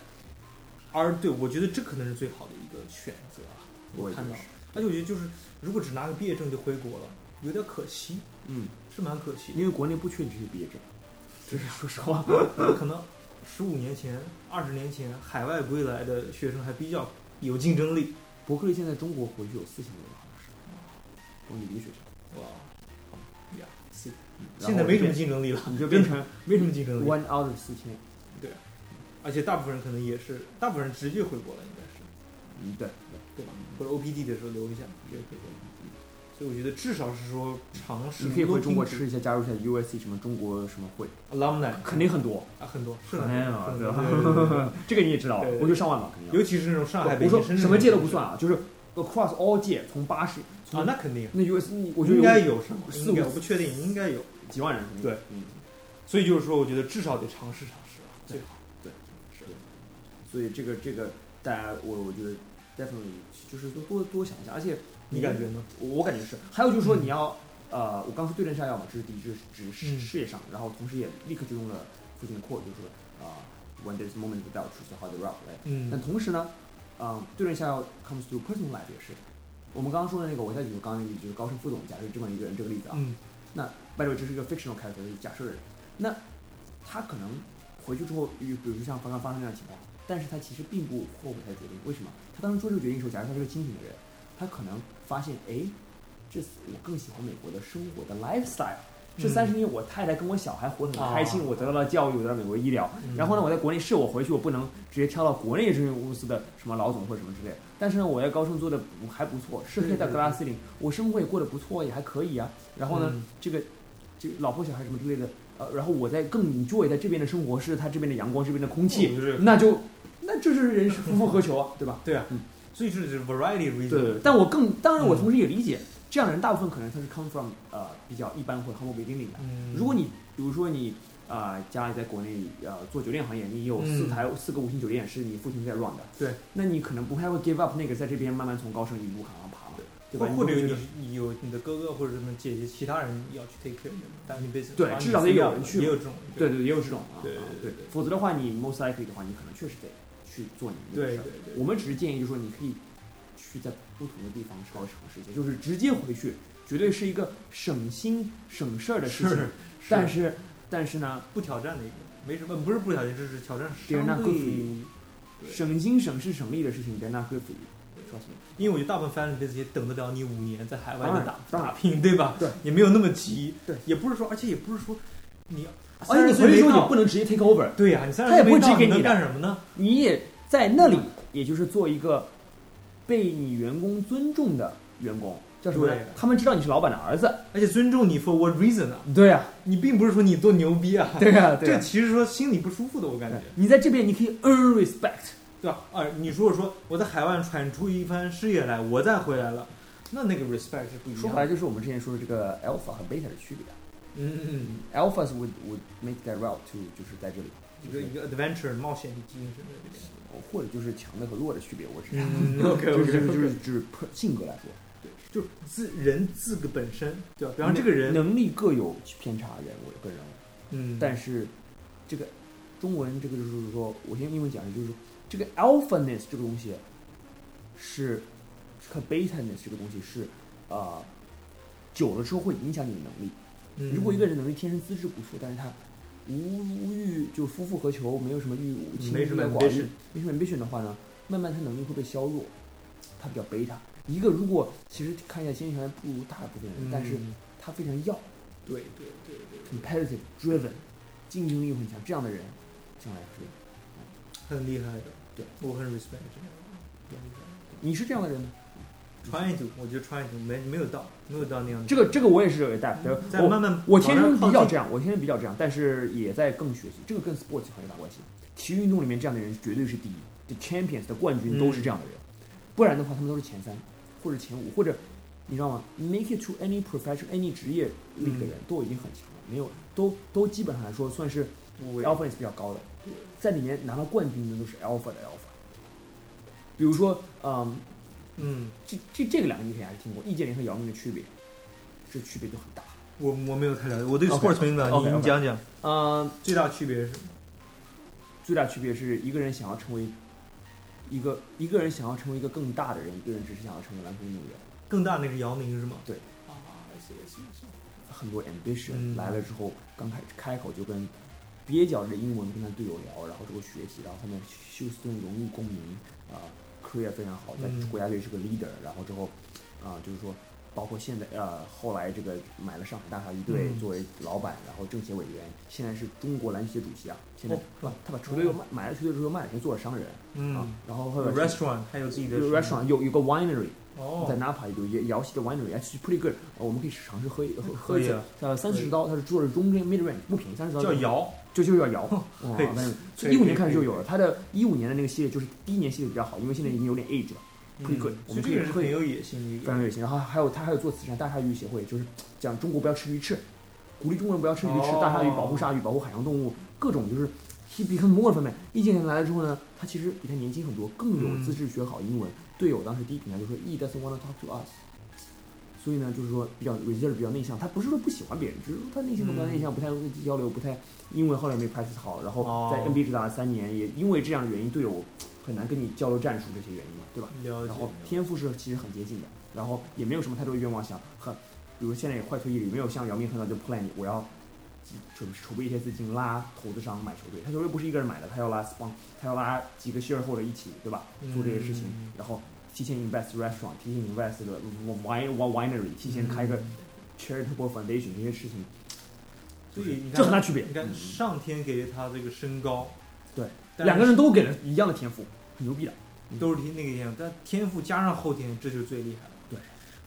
而对我觉得这可能是最好的一个选择啊，
我
我
也觉
看
得
到
是。
而且我觉得就是，如果只拿个毕业证就回国了，有点可惜，
嗯，
是蛮可惜的。
因为国内不缺你这些毕业证，就是说实话，
可能十五年前、二十年前，海外归来的学生还比较有竞争力。
伯克利现在中国回去有四千多人，好像是，我们一个学校，
哇，呀，是
嗯
现在没什么，
然后
竞争力了，
你就变成
没什么竞争力，
one out of 四千，
而且大部分人可能也是，大部分人直接回国了，应该是，
嗯，对，
对吧？或者 OPT 的时候留一下，直接回国了。所以我觉得至少是说尝试，
你可以回中国吃一下，加入一下 USC 什么中国什么会，
alumni
肯定很多，
啊，很多是
很
很
多
多，
啊
很
对
多
吧
对对对对对
这个你也知道
对，对
我就上万吧，肯定要。
尤其是那种上海、北
我
京、
说
深圳
什么界都
的
不算啊，就是 across all 界，从八十
啊，那肯定，
那 USC 我觉得
应该有什么，
四
应
五
该我不确定，应该有。
几万人，肯定有
对，
嗯。
所以就是说，我觉得至少得尝试尝试啊，最好。
对，
是
对所以这个这个大家我我觉得 definitely 就是多多多想一下，而且
你感觉呢？
我我感觉是，还有就是说
嗯
你要、呃，我刚说对症下药嘛，这是第一，这是指事
嗯
事业上，然后同时也立刻就用了附近的 quote，就是说啊、w h e n there's moment without truth, how the rock，right？但
嗯
同时呢，啊、对症下药 comes to personal life 也是。我们刚刚说的那个，我再举个刚刚那个例子，就是高盛副总，假设这么一个人这个例子啊，
嗯
那 by the way，这是一个 fictional character，就是假设人。那他可能回去之后，比比如说像刚刚发生那样的情况，但是他其实并不后悔他的决定。为什么？他当时做这个决定的时候，假如他是个清醒的人，他可能发现，哎，这次我更喜欢美国的生活的 lifestyle。这
嗯
三十年，我太太跟我小孩活得很
啊
开心，我得到了教育，我得到了美国医疗。
嗯
然后呢，我在国内是我回去，我不能直接跳到国内这个公司的什么老总或者什么之类的。但是呢，我在高盛做的不还不错，是可以到
对对
格拉斯林，我生活也过得不错，也还可以啊。然后呢，
嗯
这个这个老婆小孩什么之类的，呃，然后我在更 enjoy 在这边的生活，是他这边的阳光，这边的空气，
就是
那就那这就是 人是夫复何求啊，对吧？
对啊
嗯，
所以就是 variety
对
reason。嗯
但我更当然，我同时也理解，这样的人大部分可能他是 come from 呃比较一般或者 humble beginning 的。
嗯，
如果你比如说你啊、呃家里在国内呃做酒店行业，你有四
嗯
台、四个五星酒店是你父亲在 run 的，
对，
那你可能不太会 give up 那个在这边慢慢从高升一步往上爬嘛，对吧？
或或者
你会觉
你
得
你有你的哥哥或者什么姐姐，其他人要去 take care 你的 family business，
对
然后你
至少
自己
得有
要
人去
也有这种
对对对也有这种啊，
对
啊
对
对
对
否则的话你 most likely 的话，你可能确实得去做你那个
对
事
对
儿。
对，
我们只是建议，就是说你可以去在不同的地方稍微尝试一下，就是直接回去，绝对是一个省心省事儿的事情。但是，但是呢，
不挑战的一个，没什么，不是不挑战，这是挑战
别人那
相
更
对
属于
对
省心省事省力的事情，别人那更属于。trust me
因为我觉得大部分 family business 也等得了你五年在海外
当
的
然
打
当然
打拼，对吧？
对，
也没有那么急，
对，
也不是说，而且也不是说你，
而且哎你
30岁
回去
没
之后，
到
你不能直接 take over，
对呀、你三十
他也
岁
不会
没
直接
到，
给
你
你
能
的
干什么呢？
你也在那里，也就是做一个被你员工尊重的员工，叫什么呢
对？
他们知道你是老板的儿子。
而且尊重你 for what reason 啊？
对呀，
你并不是说你多牛逼啊，
对呀，对
这
呀。
其实说心里不舒服的，我感觉，
你在这边你可以 earn respect，
对吧？啊，你如果说我在海外闯出一番事业来，我再回来了，那那个 respect 是不一
说
样
回来
的。
就是我们之前说的这个 alpha 和 beta 的区别。啊
嗯嗯嗯，
alphas would would make that route to 就是在这里，
一个一个 adventure 冒险的精神在里面。
或者就是强的和弱的区别，我只是
嗯
就是就
OK，OK，OK
是就是就是性格来说，
对，就是自人自个本身，对吧？比方
能
这个人，
能力各有偏差，人我个人认为，
嗯，
但是这个中文这个就是说，我先用英文讲一下，就是说这个 alphaness 这个东西是和 betaness 这个东西是啊、呃久了之后会影响你的能力。
嗯
如果一个人能力天生资质不错，但是他无无欲就夫复何求，没有什么欲，
嗯
情
没什么
欲望
ambition
没什么 ambition 的话呢，慢慢他能力会被削弱，他比较 beta。一个如果其实看一下心理学不如大部分人，
嗯
但是他非常要
对对对对，
competitive driven，竞争力很强，这样的人将来是，
很厉害的，
对
我很 respect 这样的人。
你是这样的人吗？
穿越组，我觉得穿越组没没有到，没有到那样的。
这个这个我也是有 adapt，的
嗯在
我
慢慢
我天生比
往
较
上靠
这
近
样，我天生比较这样，但是也在更学习。这个跟 sports 很有大关系。体育运动里面这样的人绝对是第一，the champions 的冠军都是这样的
嗯
人，不然的话他们都是前三或者前五，或者你知道吗？make it to any profession any 职业 league 的人
嗯
都已经很强了，没有都都基本上来说算是
部位
alpha 是比较高的，在里面拿到冠军的都是 alpha 的 alpha。比如说，嗯，
嗯，
这这这个两个你肯定还是听过，易建联和姚明的区别，这区别就很大。
我我没有太了解，我对
OK，
sports 没了解，
OK，OK
你你讲讲
嗯，
最大区别是什么？
最大区别是一个人想要成为一个一个人想要成为一个更大的人，一个人只是想要成为篮球运动员。
更大那个姚明是吗？
对
啊，是是是。
很多 ambition、
嗯
来了之后，刚开始开口就跟蹩脚的英文跟他队友聊，然后这个学习，然后后面休斯顿荣誉公民啊、科 c a r e e r 非常好，在
嗯
国家队是个 leader，、然后之后啊、就是说。包括现在，呃，后来这个买了上海大鲨鱼队
嗯
作为老板，然后政协委员，现在是中国篮协主席啊。现在
哦是吧
他把球队又卖，买了球队之后又卖了，就做了商人。啊
嗯，
然后后
有
面
restaurant 还有自己的
有 restaurant 有有个 winery
哦，
在 Napa 有一个姚系的 winery actually pretty good，呃我们可以尝试喝一喝喝
可
一
以
次
啊，
呃三四十刀，它是做的中间 mid range 不便宜，三十刀
叫姚，哦
就就叫姚，哇
可以，
一五年开始就
可以
有了，它的一五年的那个系列就是第一年系列比较好，因为现在已经有点 age 了，
嗯
pretty good，我
所以
们
这个人是
可以
很有野心的一
非
个
常有心。然后还有它还有做慈善大鲨鱼协会，就是讲中国不要吃鱼翅，鼓励中国人不要吃鱼翅，
哦
大鲨鱼保护鲨鱼，保护海洋动物，各种就是。he become more 方面，易建联来了之后呢，他其实比他年轻很多，更有
嗯
资质学好英文。队友当时第一评价就说 “He doesn't want to talk to us”，所以呢，就是说比较 reserve，比较内向。他不是说不喜欢别人，只是说他内心比较
嗯
内向，不太会交流，不太英文后来没 practice 好，然后
哦
在 NBA 只打了三年，也因为这样的原因，队友很难跟你交流战术这些原因嘛，对吧？
了解
然。后天赋是其实很接近的，然后也没有什么太多的愿望想很，比如现在也快退役了，也没有像姚明很早就 plan 我要准储备一些资金拉投资商买球队，他球队不是一个人买的，他要拉 spon，他要拉几个 shareholder 一起，对吧？做这些事情，
嗯
然后提前 invest restaurant，提前 invest 的 wine winery，提前开个
嗯
charitable foundation 这些事情，
所以你看
这很大区别。嗯
你看上天给了他这个身高，
对，
但是
两个人都给了一样的天赋，很牛逼的。
都是天那个天赋，但天赋加上后天，这就是最厉害的。
对，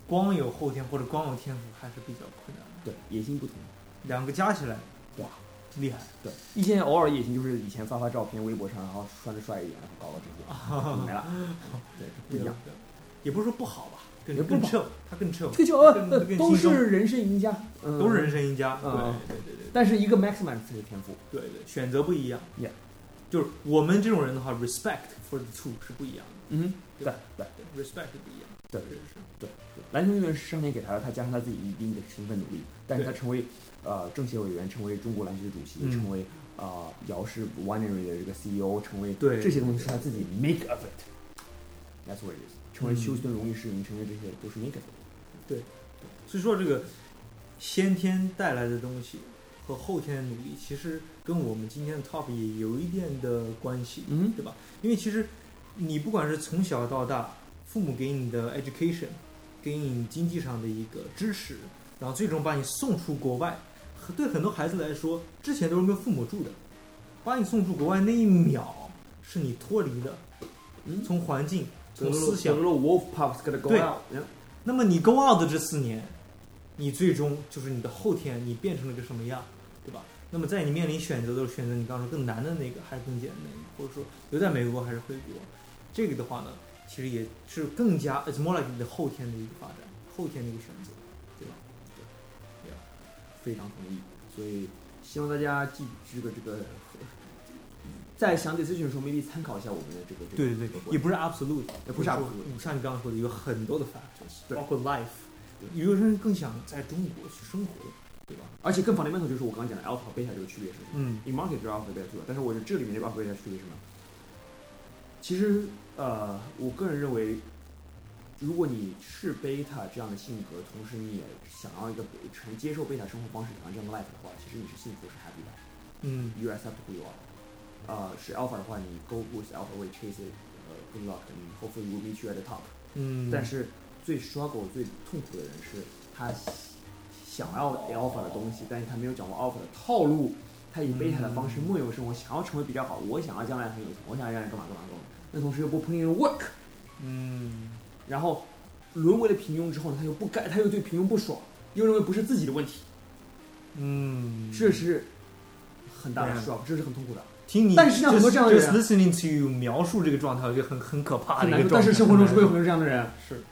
光有后天或者光有天赋还是比较困难的，
对，野心不同。
两个加起来，
对
哇，厉害！
对，易建联偶尔野心就是以前发发照片，微博上，然后嗯 穿的帅一点，然后搞搞这些，没了。对，不一样。
也不是说不好吧，更
也不
更
保
chill，他更 chill，
退休呃
更
呃
更
都
轻松
是人生赢家，嗯
都是人生赢家。对
嗯
对对对
但是一个 maximize 自己的天赋，
对对，选择不一样。
Yeah
就是我们这种人的话，respect for the two 是不一样的
嗯，
对
对对
对，respect 是不一样的。
对
是是
篮球运动员是上天给他的，他加上他自己一定的勤奋努力，但是他
对
成为呃政协委员，成为中国篮球的主席，
嗯
成为啊姚氏 Winery 的这个 CEO，成为
对
这些东西是他自己 make of it。That's what it is。成为
嗯
休斯顿荣誉市民，成为这些都是 make of it。
所以说这个先天带来的东西和后天的努力，其实跟我们今天的 top 也有一点的关系，
嗯
对吧？因为其实你不管是从小到大，父母给你的 education，给你经济上的一个支持，然后最终把你送出国外，和对很多孩子来说，之前都是跟父母住的，把你送出国外那一秒，是你脱离的，
嗯
从环境，从思想
The，little wolf pups gotta go
对
out。
那么你 go out 的这四年，你最终就是你的后天，你变成了个什么样，对吧？那么在你面临选择的时候，选择你刚刚说更难的那个，还是更简单的那个，或者说留在美国还是回国，这个的话呢，其实也是更加 it's more like 你的后天的一个发展，后天的一个选择，对吧？
非常同意。所以希望大家记这个这个，在想 decision 的时候，maybe 参考一下我们的这个这个
对对
这个
对，
观
也
点
不是 absolute，
也不是 absolute
就是像你刚刚说的，有很多的 factors，
对
包括 life，
对
有的人更想在中国去生活，对吧？
而且更 fundamental 就是我刚刚讲的 alpha beta 这个区别是什么？
嗯
in market 就是 alpha beta two 了，但是我觉得这里面这 alpha beta 区别是什么？其实呃，我个人认为，如果你是 beta 这样的性格，同时你也想要一个承接受 beta 生活方式，想要这样的 life 的话，其实你是幸福是 happy 的。
嗯。
you accept who you are。啊、是 alpha 的话，你 go with alpha way chase it，呃、good luck and hopefully will meet you at the top、
嗯，
但是最 struggle 最痛苦的人是他想要 alpha 的东西，但是他没有掌握 alpha 的套路，他以 beta 的方
嗯
式梦游生活，想要成为比较好，我想要将来很有钱，我想要将来干嘛干嘛干嘛，那同时又不碰硬 work，
嗯，
然后沦为了平庸之后呢，他又不该，他又对平庸不爽，又认为不是自己的问题，
嗯，
这是很大的
对啊
struggle，、这是很痛苦的。
听你，
但是像很多这样的人
just listening to you 描述这个状态，我觉得很很可怕的
很
一
难
个
受，
状态。
但是生活中是会有很多这样的人，
是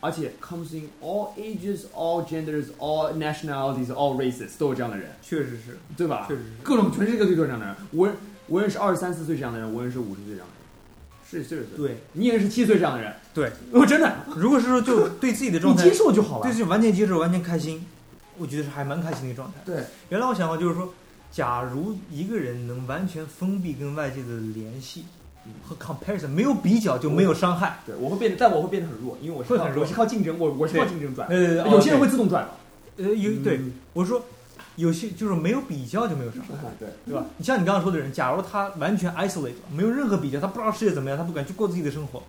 而且 comes in all ages, all genders, all nationalities, all races，都有这样的人，
确实是，
对吧？
确实是，
各种全世界各地都有这样的人，无论无论是二十三四岁这样的人，无论是五十岁这样的人，是是是，
对
你也是七岁这样的人，
对。
我真的，
如果是说就对自己的
你
状态
接，受就好
对
了
自。己完全接受，完全开心，我觉得是还蛮开心的一个状态。
对，
原来我想过，就是说，假如一个人能完全封闭跟外界的联系
嗯
和 comparison，没有比较就没有伤害。
对，我会变得，但我会变得很弱，因为我是
会
靠
很弱
我是靠竞争，我我是靠
对
竞争转，
呃，
有些人
会，
会自动转了，
呃，有对
嗯
我说，有些就是没有比较就没有伤害。
对
对吧？你像你刚刚说的人，假如他完全 isolate 了，没有任何比较，他不知道世界怎么样，他不敢去过自己的生活，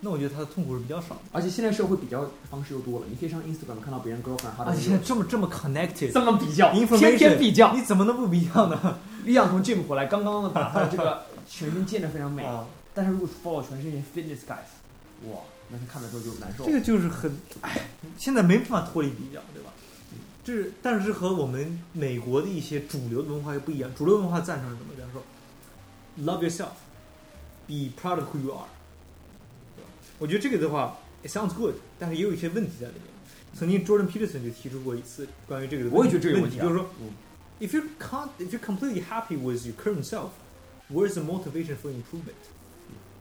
那我觉得他的痛苦是比较少的。
而且现在社会比较方式又多了，你可以上 Instagram 看到别人 girlfriend
而且现在啊这么这么 connected，
这么比较，
Information
天天比较，
你怎么能不比较呢？
李想从 gym 回来，刚刚把他的这个全身健得非常美，
啊，
但是如果 follow 全世界 fitness guys，哇，那他看的时候就难受
这。个就是很，哎，现在没办法脱离比较，对吧？这是但是和我们美国的一些主流的文化又不一样，主流文化赞成是怎么？比方说，love yourself。be proud of who you are。我觉得这个的话，it sounds good，但是也有一些问题在里面。曾经 Jordan Peterson 就提出过一次关于这个的问题，
我也觉得这个有
问
问题啊
就是说、
嗯
i f you can't, if you're completely happy with your current self, where's the motivation for improvement?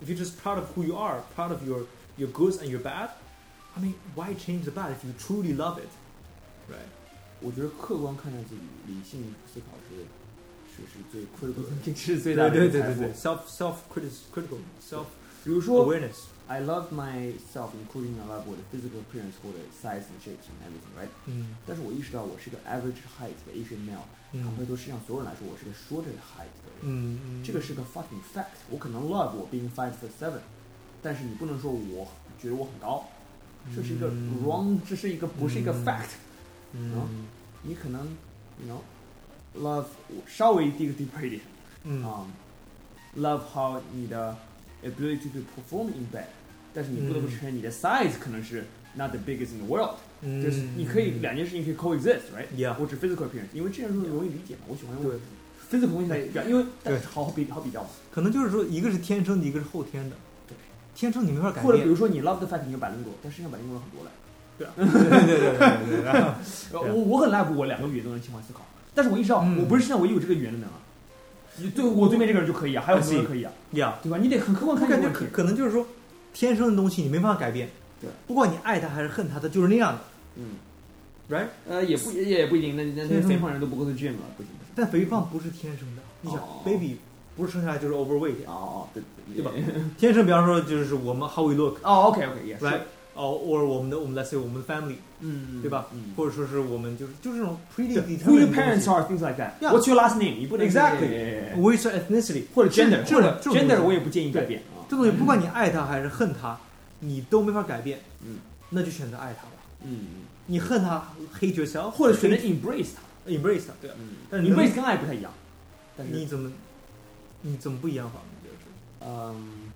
If you're just proud of who you are, proud of your your goods and your bad, I mean, why change the bad if you truly love it, right?
我觉得客观看待自己，理性思考是是是最 critical 的，这是最大
对
的
对
一个财
对对
富
对。，self self critic- critical self
比如说
awareness，
，I love myself, including I love 我的 physical appearance 或者 size and shape and everything, right？
嗯
但是我意识到我是个 average height 的 Asian male，
嗯
compared to 世界上所有人来说，我是个 shorter height 的人。
嗯，嗯
这个是个 fucking fact。我可能 love 我 being five foot seven，但是你不能说我觉得我很高，这是一个
嗯
wrong，这是一个不是一个
嗯
fact。
嗯
你可能，you know，love 我稍微 dig deeper 一点
嗯
啊、l o v e how 你的 ability to perform in bed，但是你不得不
嗯
承认你的 size 可能是 not the biggest in the world，、
嗯，
就是你可以两件事情可以 coexist，right？
Yeah
我指 physical appearance，因为这样容易理解嘛，我喜欢用
对，
physical 东西来表，因为
对
好好比好比较嘛。
可能就是说，一个是天生的，一个是后天的。
对，
天生你没法改
或者比
变。
如说你 love the fact 你有百灵果，但实际上百灵果有很多嘞。
对啊，对对对对对对。
呃
对啊
我我很 love 我两个语言都能切换思考，但是我意识到
嗯
我不是世界上唯一有这个语言的人啊。你对我对面这个人就可以啊，还有很多人可以啊，
呀，
对吧？你得很客观
我
看
感
这
觉
个问
可
题。
可能就是说，天生的东西你没办法改变。
对，
不管你爱他还是恨他，他就是那样
嗯，
的，right？
呃，也不也也不一定，那那那
嗯
肥胖人都不够他 gym 了，不行不行。
但肥胖不是天生的，你想
哦
，baby 不是生下来就是 overweight，
哦哦，对
对吧？天生比方说就是我们 how we look，right？
哦，OK OK，也是，
哦，or 我们的我们 let's say 我们的 family，
嗯，
对吧
嗯。
或者说是我们就是就是这种
Who your
predetermined
parents are, things like that.
Yeah.
What's your last name? 你不能
Exactly.
对
w h i c ethnicity，
或者 gender，
这
或者
这种
gender
东西
我也不建议改变啊。
这东西不管你爱他还是恨他，你都没法改变。
嗯，
那就选择爱他吧。
嗯，嗯
你恨他，hate yourself，
或者选择 embrace 它。
embrace 他，对啊。
嗯
但是你
，embrace 跟爱不太一样。但是
你怎么，你怎么不一样法？你觉得是
嗯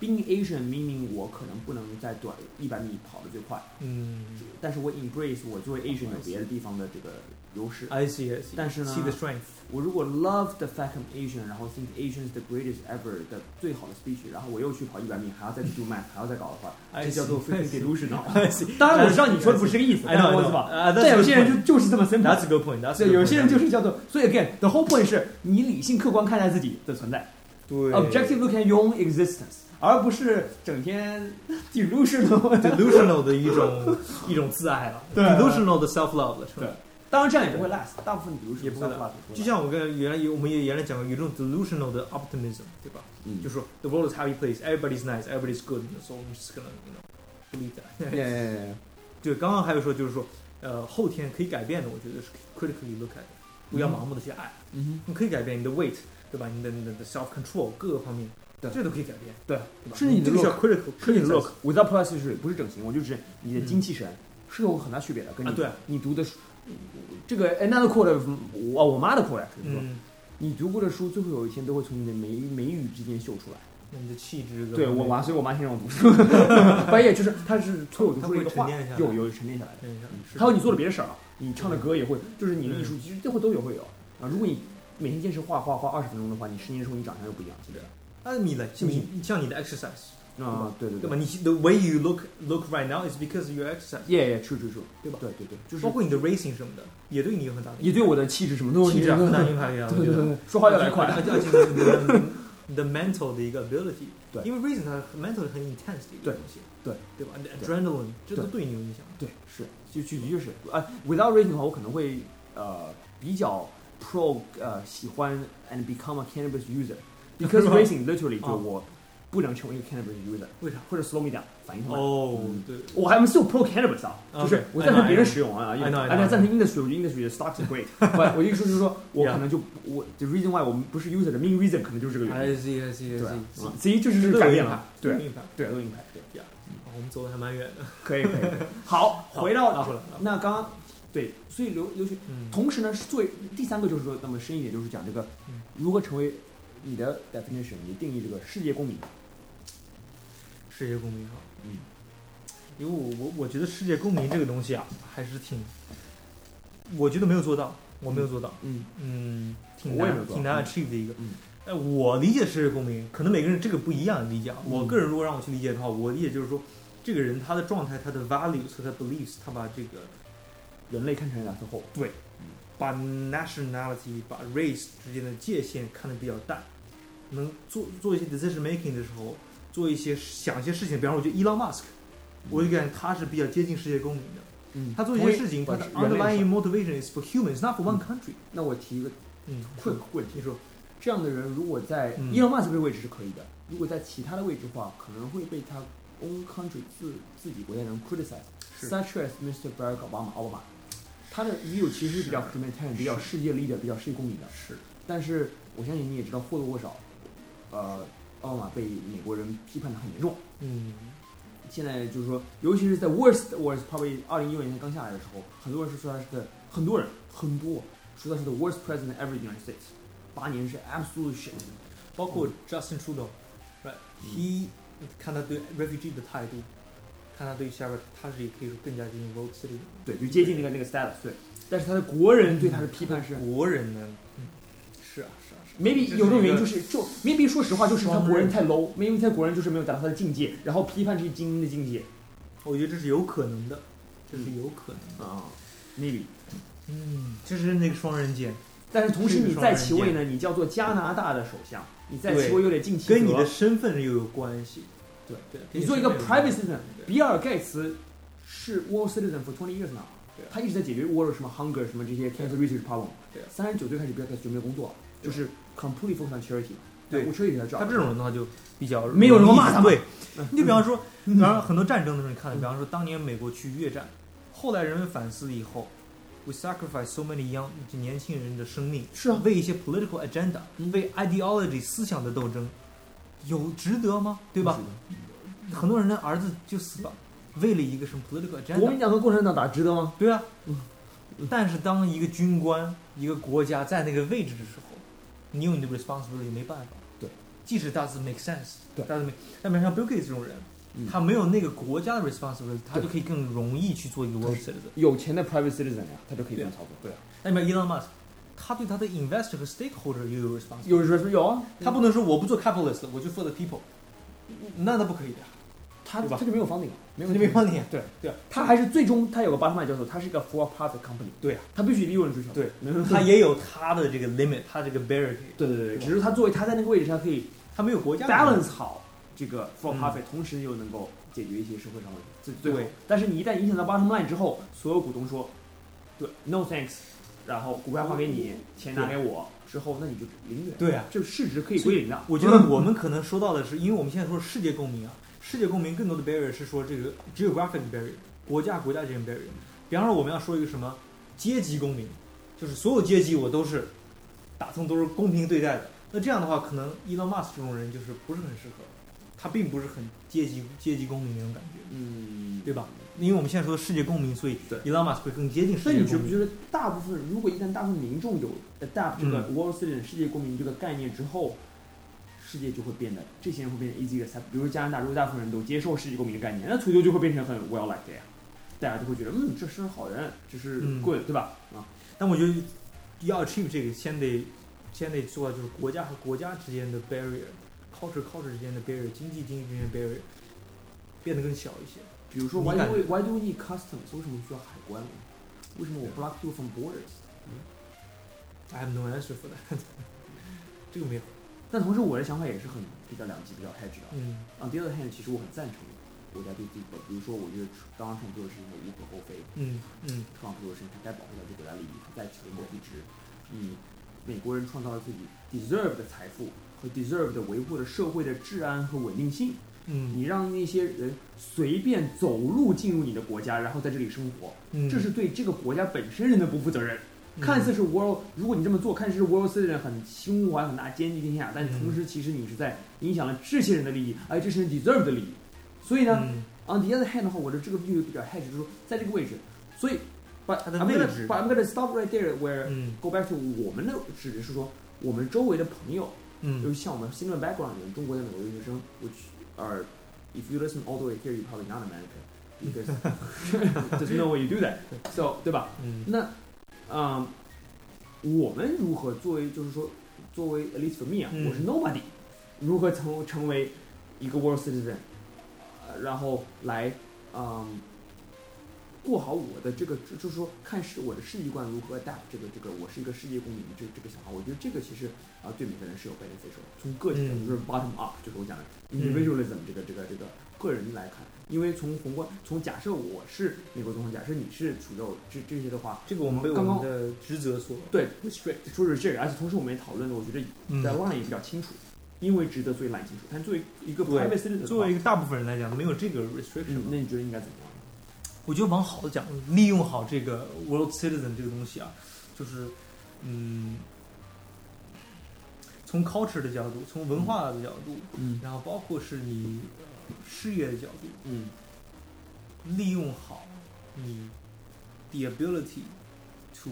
，being Asian meaning 我可能不能在短一百米跑得最快，
嗯
但是我 embrace 我作为 Asian 有别的地方的这个优势。
，I see, I see。
但是呢
see the strength，
我如果 love the fact I'm Asian，然后 think Asian is the greatest ever 的最好的 speech，然后我又去跑一百米，还要再去 do math，还要再搞的话，
I
这叫做
see, I
freaking
see.
delusional。
see。
当然我知道你说的不是这个意思，
I
但
know,
我
I
是
know.
吧？
啊
但有些人就就是这么 simple。
that's a good point. That's
对，
a good
有些人
point.
就是叫做，所以 again the whole point 是你理性客观看待自己的存在
对
，objective 啊 look at your own existence，而不是整天 delusional。
delusional 的一 种一种自爱了
对
，delusional 的 self love 了，是吧
对？，当然这样也不会 last，大部分 delusional
也不会 last 就
就
像我跟原来有我们也原来讲过，有一种 delusional 的 optimism，对吧？
嗯
就说 the world is happy place, everybody's nice, everybody's good, so I'm just gonna you know believe
哎
that 。 对，刚刚还有说就是说，呃，后天可以改变的，我觉得是 critically look at，it，不要盲目的去爱，
嗯
你可以改变你的 weight，对吧？你的你的你的 self control 各个方面，
对
这都可以改变，
对
对吧？
是你的
这个需要
look，
critical，
是你的
criticism
look 嗯 without plasticity 不是整形，我就指你的精气神是有很大区别的，跟你
啊对
你读的书，这个 another quote of 我我妈的 quote 啊就是说，
嗯，
你读过的书最后有一天都会从你的眉眉宇之间秀出来。
那你的气质，
对我，妈，所以我妈先 让我读书，半夜就是她是催我读书的一个话
她会沉淀下，来
有有沉淀下来的。
嗯，是
还有你做的别的事儿啊，你唱的歌也会，就是你的艺术其实最后都有会有啊。如果你每天坚持画画画二十分钟的话，你十年之后你长相又不一样，对不对？
啊，你的
信不信
你像你的 exercise，
啊，对对
对
对
吧？你 the way you look look right now is because of your exercise，
，yeah yeah，true true true，
对吧
对对对，就是
包括你的 racing 什么的，也对你有很大的影响，
也对我的气质什么都有
气质
影
啊
响
很大影响，我
对
觉
对
得
对，。对说话越来越
而
快，
且而且你的你的你的 mental 的一个 ability，
对
因为 reason 它很 mental 很 intense 的一个
对
东西，
对
对吧你的？adrenaline 这都对你有影响，
对，是，就就的确是，啊，without rating 的话，我可能会呃比较 pro 呃喜欢 and become a cannabis user，because
是吧
rating literally 就
哦
我不能成为一个 cannabis user，
为啥？
或者 slow me down 反应太慢。
哦
嗯，
对，
我还 I'm still pro cannabis 啊，
Okay，
就是
I
我赞成
know，
别人
I know
使用啊
I know，I know，
而且赞成 industry，我觉得 industry 的 stocks are great。不，我一个说就是说，我
Yeah 哎
可能就我 the reason why 我们不是 user 的 main reason 可能就是这个原因。
I see I see I
对啊
see，
所以这就是改变了，
对，
对
明白。
对，都硬派，对，
哦我们走的还蛮远的，
可以可以。可以好，回
拉
到
回来，拉回来
那刚刚对，所以留留学，
嗯，
同时呢是作为第三个就是说，那么深一点就是讲这个
嗯
如何成为你的 definition，你定义这个世界公民。
世界公民哈，
嗯，
因为我我我觉得世界公民这个东西啊，还是挺，我觉得没有做到，我没有做到，
嗯
嗯，挺
我也
难
没有做到
挺难 achieve 的一个
嗯。
哎，我理解世界公民，可能每个人这个不一样的理解啊。
嗯
我个人如果让我去理解的话，我理解就是说，这个人他的状态、他的 values 和他的 beliefs，他把这个
人类看成两次后，
把 nationality、把 race 之间的界限看得比较淡，能做做一些 decision making 的时候，做一些想一些事情，比方说，我觉得 Elon Musk，我就感觉他是比较接近世界公民的。
嗯
他做一些事情，他
同意
的
我是人类
underlying motivation is for humans, not for one country。
那我提一个
嗯，
quick 问题，
你说，
这样的人如果在
嗯
伊隆马斯克位置是可以的，如果在其他的位置的话，可能会被他 own country 自自己国家人 criticize。
是
Such as Mr. Barack Obama，奥巴马，他的 view 其实是比较 humanitarian，比较世界 leader，比较世界公民的。
是
但是我相信你也知道，或多或少，呃，奥巴马被美国人批判的很严重。
嗯，
现在就是说，尤其是在 worst worst probably 二零一六年刚下来的时候，很多人是说他是 the 很多人很多说他是 the worst president ever in the United States，八年是 absolute shit。
包括
嗯
Justin Trudeau，right？He 看他对 refugee 的态度，看他对下边，他是也可以说更加接近 vote city
对，就接近那个那个 status，对。但是他的国人对他的批判是，嗯
国人呢。嗯是啊，是啊，是啊。
maybe
嗯这是
有这种
一
原因，
个
就是就 maybe 说实话，就是他
双刃
国人太 low，maybe 他国人就是没有达到他的境界，然后批判这些精英的境界
我觉得这是有可能的，这是有可能的。
啊、m a y b e
嗯，这是那个双刃剑，
但是同时
这个
你
双
在
刃
其位呢，你叫做加拿大的首相，你在
对
其位有点近其
跟你
德
的身份又有关系。对对，
你做一个 private citizen，
对
比尔盖茨是 world citizen for twenty years now，
对啊
他一直在解决 world 什么 hunger 什么这些 cancer research problem
对啊。
三十九岁开始，比尔盖茨就没有工作了，
对
就是 completely focus on charity，
对
我 charity 他知道
他这种人的话就比较
没有人会骂他嘛嗯
对，你就比方说，比方说很多战争的时候，你看，比方说当年美国去越战，后来人们反思了以后，we sacrifice so many young 就年轻人的生命，
是啊
为一些 political agenda，
嗯
为 ideology 思想的斗争，有值得吗？对吧？？
嗯
很多人的儿子就死了，为了一个什么 political
国
agenda，
民党和共产党打值得吗？
对啊
嗯。
但是当一个军官、一个国家在那个位置的时候，你有你的 responsibility 没办法。
对，
即使 does make sense，
对
，does make，但比如像 Bill Gates 这种人，
嗯
他没有那个国家的 responsibility，他
对
就可以更容易去做一个 world citizen。
有钱的 private citizen 呀，他就可以这样操作。对啊，
那比如 Elon Musk，他对他的 investor 和 stakeholder 又有 responsibility，
有人说有啊，
嗯他不能说我不做 capitalist，我就 for the people，那他不可以的，
他
对吧
他就没有房顶，没有
你没帮你。
对
对啊，
他还是最终他有个巴特曼教授，他是一个 for profit company，
对啊，
他必须利润追求。
对，
没有
他也有他的这个 limit，他这个 barrier，
对对对，只是他作为他在那个位置，他可以
他没有国家的
balance 好这个 for
嗯
profit，、同时又能够解决一些社会上问题，这最
对
好。但是你一旦影响到 bottom line 之后，所有股东说，对，no thanks，然后股票还给你，钱拿给我，之后那你就零元，
对啊，
这市值可以归零的。
我觉得我们可能说到的是，因为我们现在说世界共鸣啊，世界共鸣更多的 barrier 是说这个 geographic barrier，国家国家之间 barrier。比方说我们要说一个什么阶级公民，就是所有阶级我都是打通都是公平对待的。那这样的话，可能 Elon Musk 这种人就是不是很适合，他并不是很阶级阶级公民那种感觉，
嗯，
对吧？因为我们现在说世界共鸣，所以
对
Elon Musk 会更接近世
那
界
你觉
公
不
民。
觉得大部分如果一旦大部分民众有 adapt 这个
嗯
world citizen 世界公民这个概念之后，世界就会变得这些人会变得 easy accept。比如说加拿大，如果大部分人都接受世界公民的概念，那退休就会变成很 well liked 的呀，大家就会觉得嗯，这是好人，这是
嗯
good，、对吧？啊，
但我觉得要 achieve 这个，先得先得做到就是国家和国家之间的 barrier，culture culture 之间的 barrier，经济经济之间的 barrier 变得更小一些。
比如说
你
why
感
do we, why do we need customs？为什么需要海关？为什么我 block you from borders？
I have no answer for that 。这个没有，
但同时我的想法也是很比较两极，比较 hedge 的。啊
嗯
On the other hand，其实我很赞成国家对自己的，比如说我觉得当然 Trump 做的事情无可厚非。
嗯嗯，
特朗普做的事情，他该保护到这国家利益，他该求国一值。你嗯美国人创造了自己 deserve 的财富和 deserve 的维护的社会的治安和稳定性，
嗯
你让那些人随便走路进入你的国家，然后在这里生活，
嗯，
这是对这个国家本身人的不负责任。
嗯
看似是 world，如果你这么做，看似是 world citizen 很胸怀很大，兼济天下，但是同时其实你是在影响了这些人的利益，而这些人 deserve 的利益。所以呢，
嗯
On the other hand 的话，我的这个 view 比较 hedge，就是说在这个位置，所以，but
它的
I'm
位
gonna
置
but I'm gonna stop right there where、
嗯
go back to 我们的指的是说，我们周围的朋友，就
嗯
是像我们 similar background 的人，中国的美国留学生，which are if you listen all the way here, you probably not American because there's no way you do that. So 对吧？
嗯
那，嗯，我们如何作为，就是说，作为 at least for me 啊，
嗯
我是 nobody，如何成成为一个 world citizen，、呃、然后来，嗯，过好我的这个，就就是说，看是我的世界观如何 adapt 这个这个，我是一个世界公民这这个想法，我觉得这个其实啊、对每个人是有 benefit 的，从个体的、
嗯
就是 bottom up，就是我讲的
嗯
individualism 这个这个这个个人来看。因为从宏观，从假设我是美国总统，假设你是楚肉，这这些的话，
这个我们被我
刚刚
们的职责所
对 restrict 说是这个，而且同时我们也讨论了，我觉得
嗯
在 line 也比较清楚，因为值得所以懒清楚。但作为一个
对
private citizen，的
作
话
为一个大部分人来讲，没有这个
嗯
restriction，，
那你觉得应该怎么样？
我觉得往好的讲，利用好这个 world citizen 这个东西啊，就是，嗯，从 culture 的角度，从文化的角度，
嗯
然后包括是你呃事业的角度，
嗯
利用好你 the ability to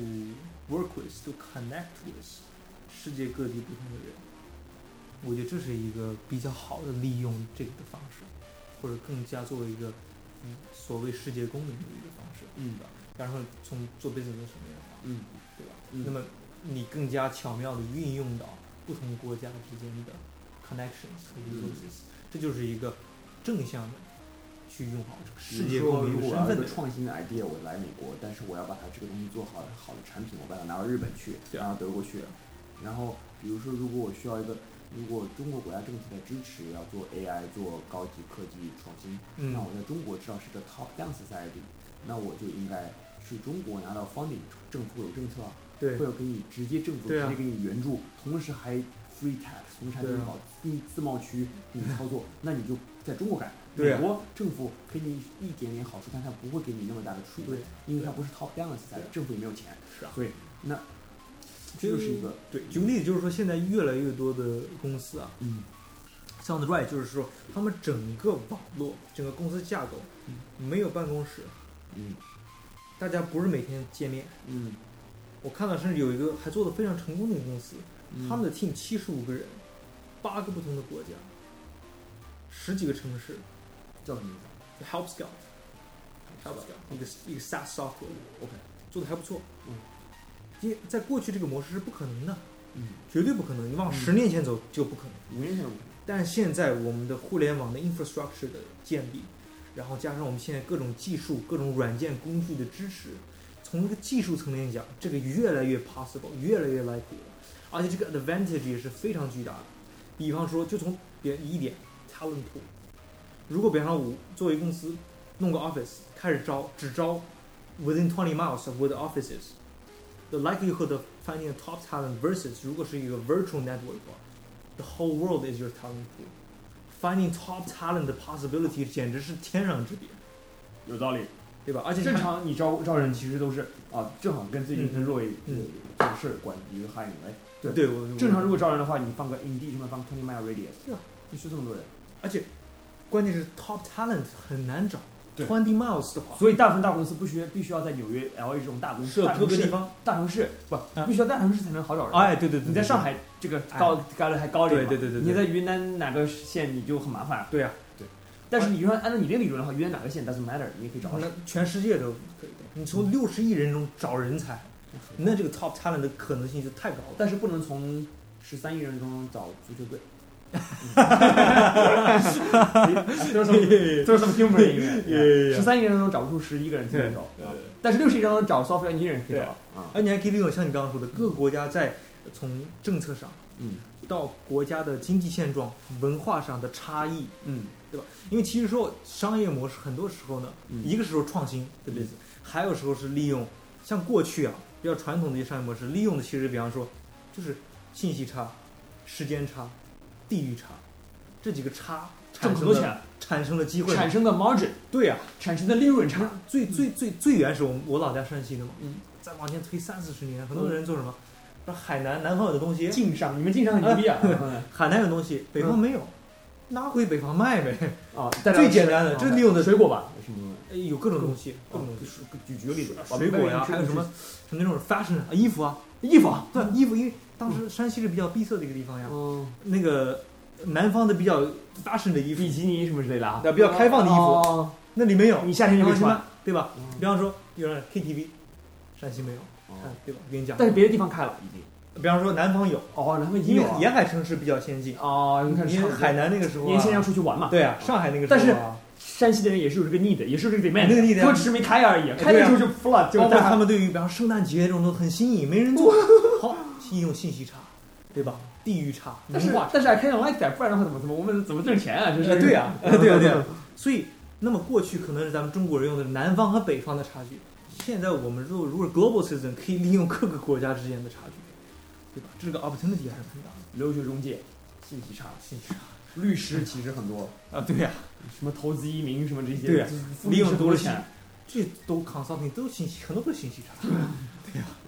work with, to connect with 世界各地不同的人，我觉得这是一个比较好的利用这个的方式，或者更加作为一个嗯所谓世界公民的一个方式。
嗯
然后从做 business 层面的话，
嗯
对吧？
嗯
那么你更加巧妙的运用到不同国家之间的 connections 和
嗯
resources，、这就是一个正向的去用好这个世界
说
公
如
民
果
身
要一
份
个
的。
创新的 idea，我来美国，但是我要把它这个东西做好好的产品，我把它拿到日本去，
对啊
拿到德国去。然后比如说，如果我需要一个，如果中国国家政体的支持要做 AI 做高级科技创新，
嗯
那我在中国至少是个 top down society，那我就应该去中国拿到 funding，政府有政策啊，
对
会有给你直接政府
对
直
啊
接给你援助，同时还 free tax，同时还给
对
你
啊
搞自自贸区给你操作，那你就在中国干。
对
美
啊
国政府给你一点点好处，但它不会给你那么大的出
对
益，因为它不是 top down 的 society，政府也没有钱，
是啊
所以那这就是一个
对，举个例子，就是说现在越来越多的公司啊，
嗯，
像 Right 就是说他们整个网络、整个公司架构
嗯
没有办公室，
嗯
大家不是每天见面。
嗯，
我看到甚至有一个还做的非常成功的公司，
嗯
他们的 team 七十五个人，八个不同的国家，十几个城市
叫什么名啊
，Help Scout，Help
字
Scout 一个一个 SaaS software
？OK，
做的还不错，
嗯，
因为在过去这个模式是不可能的，
嗯，
绝对不可能，你往
嗯
十年前走就不可能。
五年前我
但现在我们的互联网的 infrastructure 的建立，然后加上我们现在各种技术、各种软件工具的支持，从一个技术层面讲，这个越来越 possible，越来越 likely 了，而且这个 advantage 也是非常巨大的。比方说，就从别一点 talent pool，如果比方说我作为公司弄个 office 开始招，只招 within twenty miles of where the office is。The likelihood of finding a top talent versus 如果是一个 virtual network 的话 The whole world is your talent pool. Finding top talent 的 possibility 简直是天壤之别，
有道理。
对吧？而且
正
你看
常你招招人其实都是
啊，正好跟最近
嗯
跟若伟
嗯
这个事儿关一个汉语哎，对
对我
正常如果
果
招人的话，你放个 Indeed 上面放 twenty mile radius，
对啊，
必须这么多人，
而且关键是 top talent 很难找
对
，twenty miles 的话，
所以大部分大公司不需必须要在纽约、LA 这种大公司、
设
大
各
城
个地
市、
方，
大城市不
嗯
必须要大城市才能好找人。
哎，对对对，
你在上海这个
哎
高概率还高点嘛，
对对对对对
你在云南哪个县你就很麻烦。
对，对啊，
但是你说按照你这个理论的话，云南哪个县 doesn't matter，你也可以找到。
那全世界都可以的。你从六十亿人中找人才，那这个 top talent 的可能性就太高了。
但是不能从十三亿人中找足 球队。都是都是 human 音乐，十三亿人中找不出十一个人能找，啊但是六十亿人中找 software engineer 可以找啊，
而你还可以利用像你刚刚说的，各个国家在从政策上
嗯
到国家的经济现状、文化上的差异，
嗯
因为其实说商业模式，很多时候呢，
嗯
一个时候创新对不对？还有时候是利用像过去啊比较传统的一些商业模式，利用的其实比方说就是信息差、时间差、地域差这几个差
挣
产
很
生
多
了
钱，
产生了机会嘛。
产生的 margin，
对啊呀、
产生的利润差，
最最最最原始，我们我老家山西的嘛，
嗯
再往前推三四十年，很多人做什么？说海南南方有的东西，
晋商，你们晋商很牛逼
哎
啊！
海南有东西，北
嗯
方没有，拿回北方卖呗。
啊，
最简单的，就是利用的
水果吧，
嗯
什么
哎有各种东西，各种东西。
举举个例子，
水果呀，还有什么什么那种 fashion 啊衣服啊，
衣服？
对，衣服，因为当时山西是比较闭塞的一个地方呀，
嗯，
那个南方的比较 fashion 的衣服
比，基尼什么之类的啊，
对，比较开放的衣服，
服，
那里没有，
你夏天就
然
可以
后什
穿
么，，对吧？
嗯哦
比方说有人 KTV，山西没有，看对吧？我跟你讲，
但是别的地方开了已经。
比方说南方有，
哦，然后
因
也
为
有啊
沿海城市比较先进，
哦，你看
因为海南那个时候啊，
年轻人要出去玩嘛，
对啊，上海那个时候
但是
啊，
山西的人也是有这个 need，也是有这个 demand，
那个 need 啊
他们只是没开而已，开的时候就 flood，就是
包括
大
他
家
们对于比方圣诞节这种都很新颖，没 人做，好，利用信息差，对吧？地域差，
但
文
是
化差
但是 I can't like that，不然的话怎么怎么我们怎么挣钱啊？这
呃
是
对啊，呃对啊，对啊。所以，那么过去可能是咱们中国人用的南方和北方的差距，现在我们如果如果 global citizen 可以利用各个国家之间的差距，对吧？这个 opportunity 还是很大的。
留学中介、信息差、
信息
律师其实很多，
啊，对呀、
什么投资移民什么这些，
对啊
就是付
利用
出很
多
多
了
钱
钱，，这都 consulting 都信息，很多都是信息差。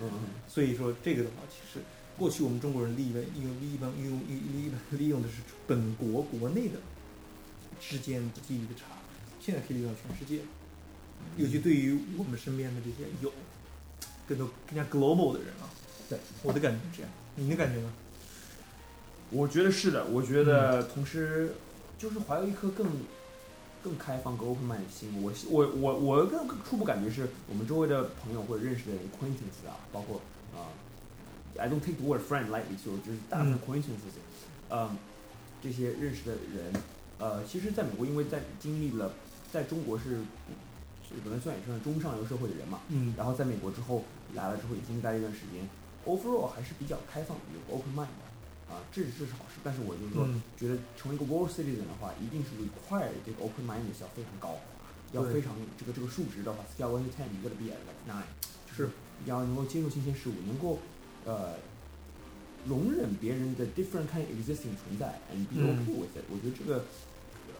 嗯，
所以说这个的话，其实过去我们中国人利用利用利用利用利用利用的是本国国内的之间的地域的差，现在可以利用到全世界，尤其对于我们身边的这些有更多更加 global 的人啊，
对，
我的感觉是这样，你的感觉呢？
我觉得是的，我觉
觉得
得
同时就是怀有一颗更更开放、更 open mind 的心。我我我我更初步感觉是我们周围的朋友或者认识的 acquaintance 啊，包括啊、
呃 I don't take the word friend lightly，就就是大部分 coincidences，嗯这些认识的人，呃，其实在美国，因为在经历了，在中国是是文算也算中上流社会的人嘛，
嗯
然后在美国之后来了之后也经历待了一段时间，overall 还是比较开放的，有个 open mind 的，啊，这这是好事，但是我就是说，
嗯
觉得成为一个 world citizen 的话，一定是 require 这个 open mindedness 要非常高，要
对
非常这个这个数值的话，scale one to ten，你 gotta be at like nine，就是
是
要能够接受新鲜事物，能够呃容忍别人的 different kind of existing 存在，and be
嗯
okay with it、我觉得这个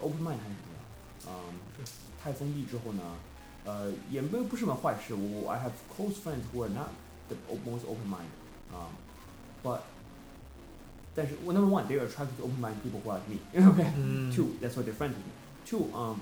open mind 还是重要，嗯，太封闭之后呢，呃，也没有不是什么坏事。我我 I have close friends who are not the most open minded，啊、um,，but 但是我 number one they are attracted to open minded people who are like me 。OK，
嗯
Two, that's what they're friends with me. Two, um,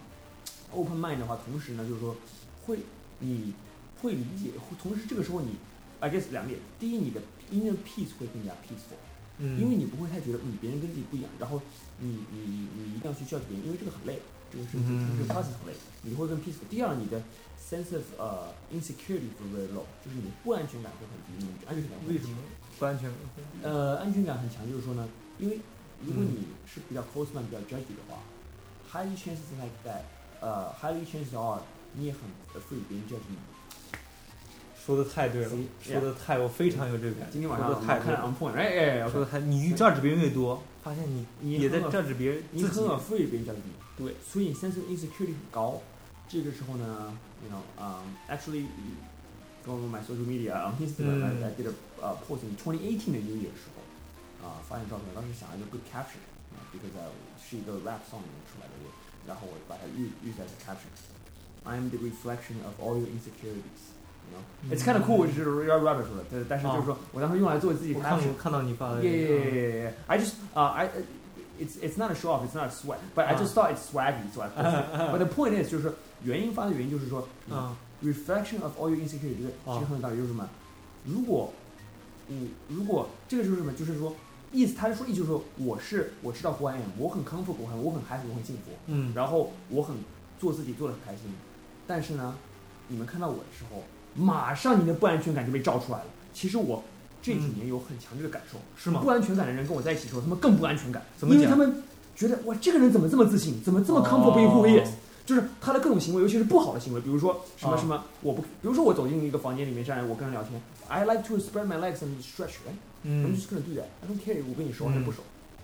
open mind 的话，同时呢，就是说会你会理解，会同时这个时候你，I guess 两点，第一，你的 inner peace 会更加 peaceful，、
嗯，
因为你不会太觉得嗯别人跟自己不一样，然后你你你你一定要去 judge 别人，因为这个很累，这个是、
嗯
这个 process 很累，你会更 peaceful。第二，你的 sense of 呃、insecurity 会 very low，就是你的不安全感会很低，你的安全感会很低
为什么不安全感？
呃，安全感很强，就是说呢，因为如果你是比较 close man、比较 judgy 的话，highly chances like that，呃，highly chances are 你也很 afraid 别人 judge 你。
说的太对了
See？，
说的太，我非常有这个感觉。
今天晚上
说
我
的
们
太对
看
了
on point，哎哎哎，我
说
说
的太，你 judge 别人越多，发现你
你
也在
很
judge 别人
你
自己
很。afraid 别人 judge 你，
对，
所以你 sense of insecurity 很高。这个时候呢，you know，um, actually go on my social media on Instagram，、
嗯
I did a 呃、post in 2018的 New Year 时候，啊、发现照片，当时想了一个 good caption，啊、because 呃是一个 rap song 里面出来的，我然后我把它预预在了 caption。I'm the reflection of all your insecurities. You know, it's kind of cool，就是 rap rapper 说的，但但是就是说我当时用来做自己
我看
caption，
我看到你发的
Yeah,
那
yeah,
个
yeah, yeah, yeah. I just, uh, I, uh, it's it's not a show off, it's not a sweat, but I just thought it's swaggy, so I posted it. But the point is，就是说原因发的原因就是说、
啊
r e f l e c t i o n of all your insecurity 这个
啊
其实很有道理，就是什么？如果你如果这个就是什么？就是说意思，他是说意思就是说我是我知道 who I am，我很 comfortable，我很我很 happy，我很幸福，
嗯
然后我很做自己做的很开心，但是呢，你们看到我的时候，马上你的不安全感就被照出来了。其实我这几年有很强烈的感受。
嗯是吗
不？安全感的人跟我在一起的时候，他们更不安全感，
怎么
因为
讲
他们觉得哇，这个人怎么这么自信，怎么这么 comfortable in who he is？、
哦
就是他的各种行为，尤其是不好的行为，比如说什么
哦
什么，我不，比如说我走进一个房间里面，这样我跟人聊天，I like to spread my legs and stretch，right？、I'm
嗯
just gonna do that. I don't care 我跟你熟还是不熟，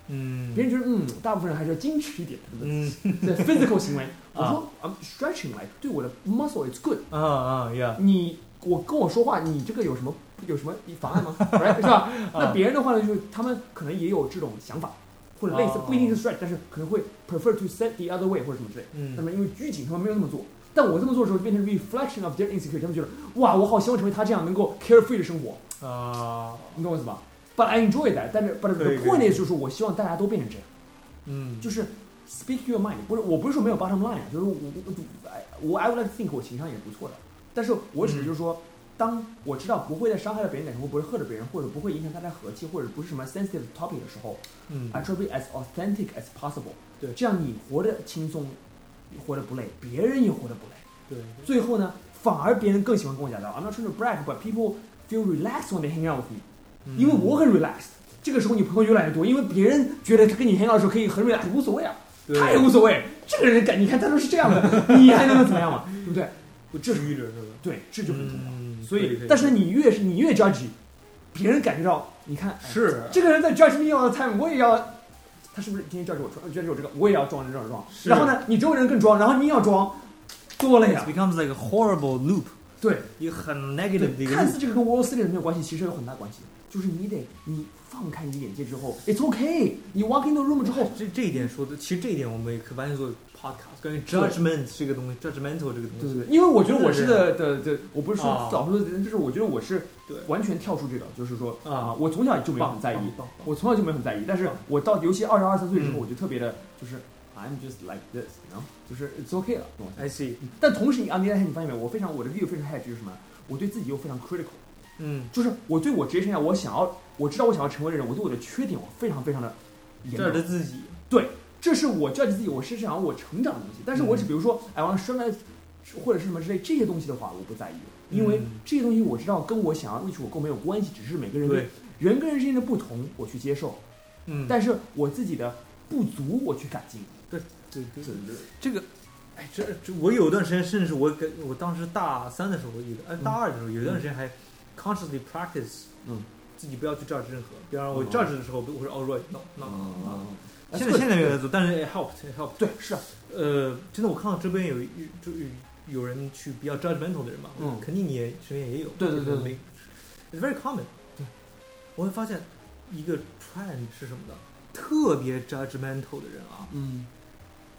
嗯，
别人觉得嗯，大部分人还是要矜持一点，对不对
嗯
对 physical 行为，我
啊
说 I'm stretching like 对我的 muscle it's good。
啊啊呀，
你我跟我说话，你这个有什么有什么妨碍吗 ？right, 是吧？
啊
那别人的话呢，就是他们可能也有这种想法，或者类似
哦，
不一定是 stretch，但是可能会 prefer to set the other way 或者什么之类。那
嗯
么因为拘谨，他们没有那么做。但我这么做的时候，就变成 reflection of their insecurity，他们觉得哇，我好希望成为他这样能够 carefree 的生活，
啊
你懂我意思吧？But I enjoy that，但是 but
可
the
以可以
point is 就是我希望大家都变成这样。
嗯，
就是 speak your mind，不是我不是说没有 bottom line，啊就是我我我哎我 I would like to think 我情商也是不错的，但是我只是就是说，
嗯
当我知道不会再伤害到别人的时候，不会 hurt 别人，或者不会影响大家和气，或者不是什么 sensitive topic 的时候
嗯
，I try to be as authentic as possible。
对
这样你活得轻松，你活得不累，别人也活得不累。
对，
最后呢，反而别人更喜欢跟我讲道理。I'm not trying to brag，but people feel relaxed when they hang out with me。
嗯
因为我很 relaxed。这个时候你朋友越来越多，因为别人觉得他跟你 hang out 的时候可以很 relaxed，无所谓啊，
对
他也无所谓。这个人感，你看他都是这样的，你还能怎么样嘛？ 对不对？
不至于着是吧？
对，这就很重要。
嗯
所
对
以
对，
但是
对
你越是你越 judge，别人感觉到，你看，哎
是
这个人在 judge me all the time，我也要。他是不是今天 judge 我装，judge 我这个，我也要装这装装。
是
然后呢，你周围人更装，然后你也要装，多了
it
呀。
becomes like a horrible loop，
对，
一个很
对
negative 的一个
看
loop。
似这个跟 World City 没有关系，其实有很大关系。就是你得你放开你的眼界之后，It's OK。你 walk in the room 之后，
这这一点说的，其实这一点我们也可以完全做 podcast，关于 judgment 这个东西，judgmental 这个东
对
西。
对对，因为我觉得我是
是
的的的，我不是说
啊
早说的人，就是我觉得我是
对
完全跳出这个，就是说
啊
啊，我从小就没有很在意
棒棒棒，
我从小就没有很在意，但是我到尤其二十二三岁之后，
嗯
我就特别的，就是 I'm just like this，然后就是 It's OK 了，懂吗？
I see，
但同时你 on the other hand，你发现没有，我非常我的 view 非常 hedge 就是什么？我对自己又非常 critical。
嗯，
就是我对我职业生涯，我想要，我知道我想要成为的人，我对我的缺点，我非常非常的严
这是
重。
自己，
对，这是我 judge 自己，我是想要我成长的东西。但是我只
嗯
比如说，哎，完了生来或者是什么之类这些东西的话，我不在意，因为
嗯
这些东西我知道跟我想要 reach 我够没有关系，只是每个人的
对
人跟人之间的不同我去接受，
嗯，
但是我自己的不足我去改进。
对对
是不是
这个，哎，这这我有段时间，甚至我跟我当时大三的时候，我有的哎大二的时候，有一段时间还 consciously practice，
嗯，哦
自己不要去 judge 任何，比方说我 judge 的时候，我会说 all right no no。
嗯，
现在现在没有在做，但是 it helped it helped。
对是啊，
呃，真的，我看到这边有一就有有人去比较 judgmental 的人嘛，
嗯
肯定你也身边也有，
对对对
没，it's very common。我会发现一个 trend 是什么呢？特别 judgmental 的人啊，
嗯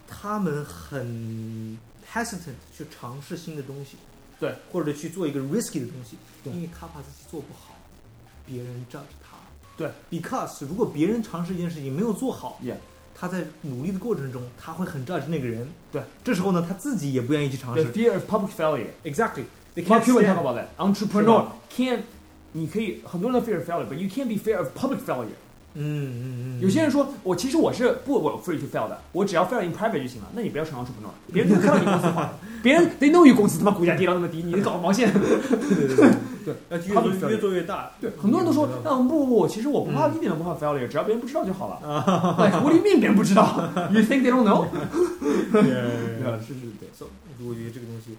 他们很 hesitant 去尝试新的东西，
对，
或者去做一个 risky 的东西，
对
因为他怕自己做不好，别人 judge 他。
对
，because 如果别人尝试一件事情没有做好
Yeah
他在努力的过程中，他会很 judge 那个人。
对，
这时候呢，他自己也不愿意去尝
The
试。
fear of public failure.
Exactly, 啊 they can't
Mark Cuban talk
stand.
about that. Entrepreneur can't. 你可以很多人都 fear of failure，but you can't be fear of public failure。
嗯嗯嗯，
有些人说我其实我是不我 free to fail 的，我只要 fail in private 就行了。那你不要成 entrepreneur，别人都看到你公司坏，别人 they know you 公司他妈股价跌到那么低，你搞毛线？
对对对对，要
他们
越做越做越大。
对，很多人都说，那不不不，其实我不怕，
嗯
一点都不怕 failure，只要别人不知道就好了。like, what do you mean 别人不知道？You think they don't know？
对
对，是是对。
So，我觉得这个东西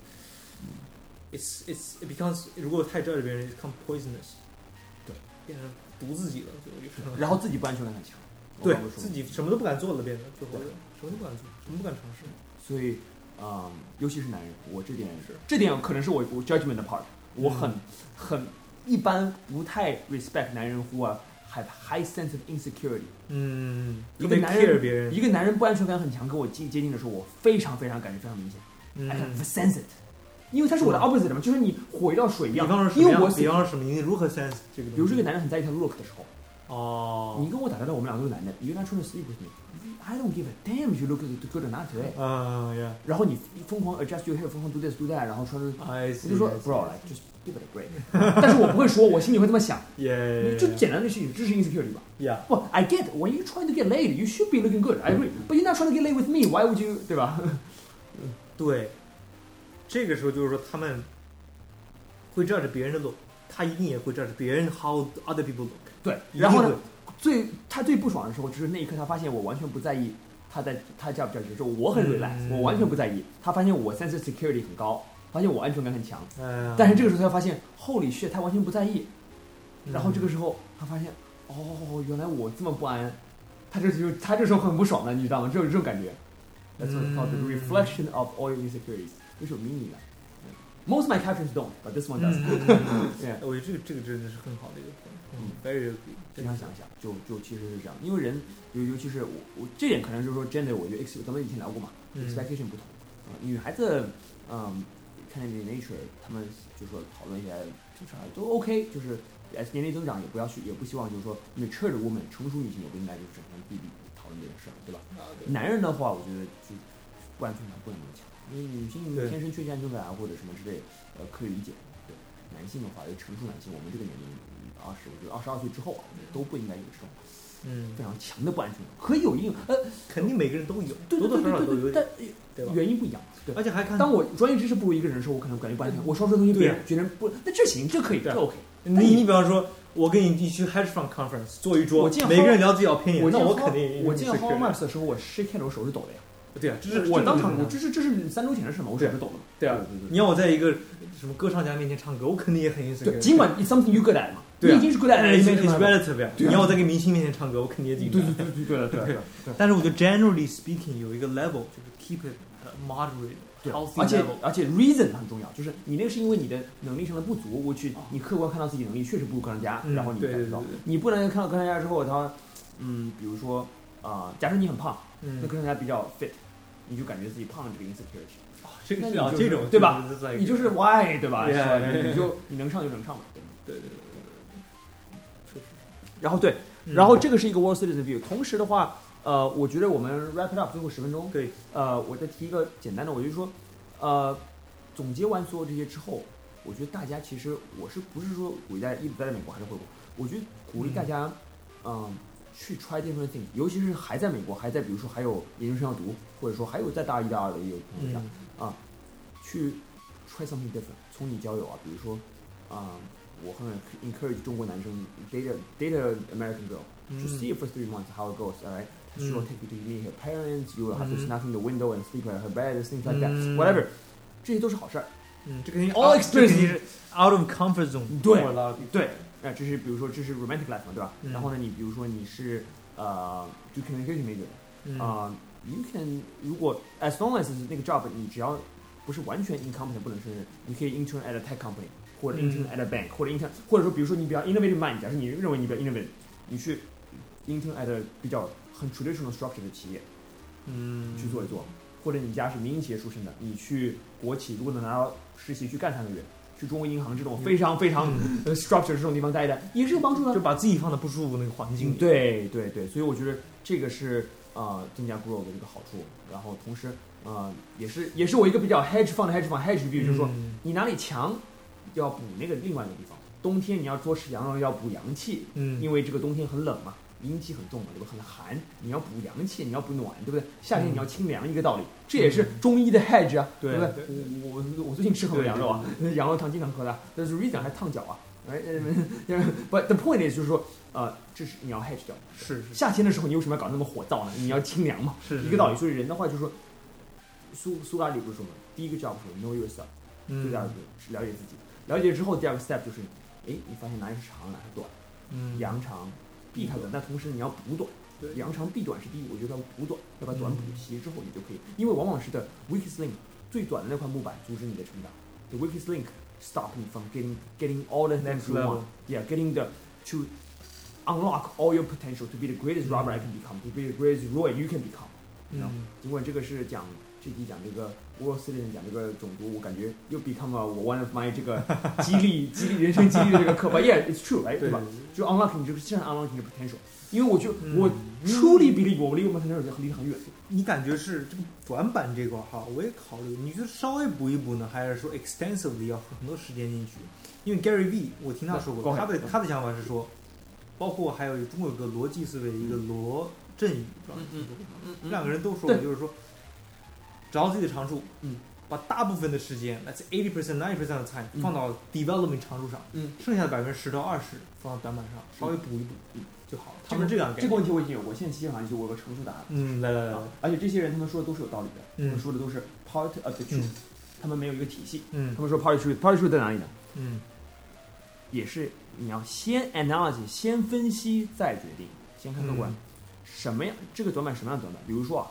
，it's it's it becomes 如果太 judge 别人，it becomes poisonous，
对，
变成毒自己了，最后就是，
然后自己不安全感很强，我
对
刚刚说
自己什么都不敢做了，变成最后什么都不敢做，什么都不敢尝试。
所以，啊、尤其是男人，我这点
是
这点可能是我嗯我 judgment 的 part，我很、很一般，不太 respect 男人或 have high sense of insecurity。
嗯，
一
特
个
别
男人
care 别人，
一个男人不安全感很强，跟我近接近的时候，我非常非常感觉非常明显、i can
嗯，
sense it，因为他是我的
是吧
opposite 嘛，就是你火一到 水一
比
样
方说，什
因
么
为我
样？
死
比方说什么？你如何 sense 这个东西？
比如说一个男人很在意他的 look 的时候，
哦，
你跟我打交道，我们俩都是男的，一个男 trying to sleep with me，I don't give a damn if you look good or not today，
嗯呀
然后你疯狂 adjust your hair，疯狂 do this do that，然后穿着
，I
我
see，
就说
啊 I see
bro like just give it a break，但是我不会说，我心里会这 么想，
yeah，
就简单的事情，这是 insecurity 吧？
yeah，
不，I get when you trying to get laid, you should be looking good. I agree, but you're not trying to get laid with me. Why would you？对吧？
对，这个时候就是说他们会 judge 别人的 look，他一定也会 judge 别人 how other people look。
对，
一定
然后呢
会？，
最他最不爽的时候，就是那一刻他发现我完全不在意他在他叫不叫接受，我很 relax，、
嗯
我完全不在意。他发现我 sense of security 很高，发现我安全感很强，
哎
但是这个时候他发现 holy shit，他完全不在意。然后这个
是
时候他发现哦，原来我这么不安，他这就他这时候很不爽的，你知道吗？这种这种感觉。That's what it's called the
嗯
reflection of all your insecurities，这是有 meaning 的。Most 嗯 of my captions don't, but this one
嗯
does.、
嗯嗯嗯
Yeah.
我觉得这个这个真的是很好的一个
嗯
point，very agree，
经常想一想，就就其实是这样，因为人尤尤其是我我这点可能就是说 gender，我觉得 ex 咱们以前聊过嘛、
嗯
e x p e c t a t i o n 不同啊、女孩子嗯，看见 nature，她们就说讨论一些正常都 OK，就是呃年龄增长也不要去，也不希望就是说 mature 的 woman 成熟女性也不应该就是整天避避讨论这件事儿，对吧？
啊对
男人的话，我觉得就不安全感不能那么强，因为女性
对
天生缺陷安全感啊或者什么之类，呃，可以理解。对，男性的话，尤其成熟男性，我们这个年龄二十，20我觉得二十二岁之后啊，我觉得都不应该有这种
嗯
非，常强的不安全感，可以有一定呃，
肯定每个人都有，
对
多多
对对
少少都
对
有
对
点，
对，
对
但
吧？
原因不一样。对，
而且还看，
当我专业知识不如一个人的时候，我可能感觉不安全，我说出来东西别人觉得不，那这行这可以，
对
这 OK。但
你你比方说，我跟你一去 hedge fund conference 坐一桌
我见，
每
Hall-
个人聊自己 opinion，
我
那
见
我
Hall-
肯定
我见 Hall
Hall
Marks 的时候，我 shake hand 我手是抖的呀，
对啊，这是
我当
这是
场
正
我
常
这是这是三周前的事嘛，我手
对啊
是抖的嘛。
对啊，
对对
你让我在一个什么歌唱家面前唱歌，我肯定也很 insecure。
对，尽管 it's something you good at 嘛，
对啊
你已经是 good at，
哎
了
，it's
你没什
it's
么办法
relative 呀。你
对啊
要我在一个明星面前唱歌，我肯定也
对
紧
对
张。
对对对了对了对了对了。
但是我觉得 generally speaking 有一个 level 就是 keep it 呃 moderate
对
healthy
而且
level。
而且 reason 很重要，就是你那个是因为你的能力上的不足，我去你客观看到自己能力确实不如科学家，
嗯
然后你
对
感
对
觉到
对对，
你不能看到科学家之后，他嗯，比如说啊，假设你很胖，那
嗯，
科学家比较 fit，你就感觉自己胖了这个 insecurity，
哦这个
那
是
你
啊，
就是
这种
对吧？
这
你就是 why 对吧？
Yeah，
是吧
yeah，
你就你能上就能上嘛，对吧
对对对对，
然后对，
对
然后这个是一个 world citizen view。同时的话，呃，我觉得我们 wrap it up 最后十分钟，
对，
呃，我再提一个简单的，我就说，呃，总结完所有这些之后，我觉得大家其实我是不是说鼓励大家一直待在美国还是回国？我觉得鼓励大家，嗯、去 try different things，尤其是还在美国，还在比如说还有研究生要读，或者说还有在大一、大二的也有同学一样，
嗯
去 try something different，从你交友啊，比如说，啊、我很 encourage 中国男生 date a- date a American girl to
嗯
see for three months how it goes. All right, she will
嗯
take you to meet her parents. You will have to
嗯
snap in the window and sleep at her bed, things like that.
嗯
Whatever，这些都是好事儿。
嗯，这肯定
All
啊这肯
experience
定是 out of comfort zone，
对
过了
对，哎，这是比如说这是 romantic life 嘛，对吧？
嗯
然后呢，你比如说你是呃就 communication major
嗯
啊、y o u can 如果 as long as 那个 job 你只要不是完全 incompetent 不能胜任，你可以 intern at a tech company 或者
嗯
intern at a bank、或者 intern 或者说比如说你比较 innovative mind，假设你认为你比较 innovative，你去 intern at a 比较很 traditional structure 的企业
嗯，
去做一做，或者你家是民营企业出身的，你去国企如果能拿到实习去干三个月。去中国银行这种非常非常
嗯
呃 structure 这种地方待一待，也是有帮助的
就。把自己放在不舒服那个环境
嗯
里，，
对对对，所以我觉得这个是呃增加 grow 的一个好处，然后同时呃也是也是我一个比较 hedge fund 的 hedge fund hedge 比喻，就是说、你哪里强，要补那个另外一个地方。冬天你要多吃羊肉，要补阳气，
嗯，
因为这个冬天很冷嘛，阴气很重嘛，对吧？很寒，你要补阳气，你要补暖，对不对？夏天你要清凉，一个道理。这也是中医的 hedge 啊，
嗯对
不
对
我我我最近吃很多羊肉啊，羊肉汤经常喝的，啊但是 reason 还烫脚啊。哎呃，But the point is 就是说，呃，这是你要 hedge 掉。
是是
夏天的时候，你为什么要搞那么火燥呢？你要清凉嘛，
是
一个道理。，所以人的话就是说，苏苏格拉底不是说嘛，第一个 job 是 know yourself，
嗯
最大的是了解自己。了解之后，第二个 step 就是，哎，你发现哪里是长，哪里是短。
嗯，
扬长避开短，但同时你要补短。
对
扬长避短是第一，我觉得要补短，要把短
嗯
补齐之后，你就可以，因为往往是的 weakest link 最短的那块木板阻止你的成长，the weakest link stop you from getting getting all the things
Next
you
level.
want, yeah, getting the to unlock all your potential to be the greatest robber I can become, to be the greatest Roy you can become。
嗯，
尽管这个是讲这集讲这个 world citizen 讲这个种族，我感觉又 become 了我 one of my 这个激励激励人生激励的这个课吧，yeah, it's true, right？
对
吧？就 unlock 你这个现在 unlock 你的 potential，因为我就、
嗯
我 truly believe 我离我们 potential 离得很远。
你感觉是这个短板这块儿哈，我也考虑，你就稍微补一补呢，还是说 extensively 要花很多时间进去？因为 Gary V，我听他说
对
过，
光
他的
海
他的想法是说，包括还有中国有个逻辑思维，一个罗振宇，不知道你听说过吗
嗯
两个人都说过，
嗯对
就是说，找到自己的长处，
嗯，
把大部分的时间，let's eighty percent ninety percent of time，、
嗯
放到 development 长处上，
嗯，
剩下的百分之十到二十放到短板上，稍微补一补，
嗯
就好了。
这
他
个
们这样改
这，个问题我已经有，我现在基本上就我有个成熟答案。
嗯，来来来来
啊，而且这些人他们说的都是有道理的，
嗯
他们说的都是 part of the truth，、
嗯
他们没有一个体系。
嗯
他们说 part of the truth，part of the truth 在哪里呢？
嗯
也是你要先 analysis，先分析再决定，先看客观、
嗯
什么样这个短板什么样的短板。比如说啊，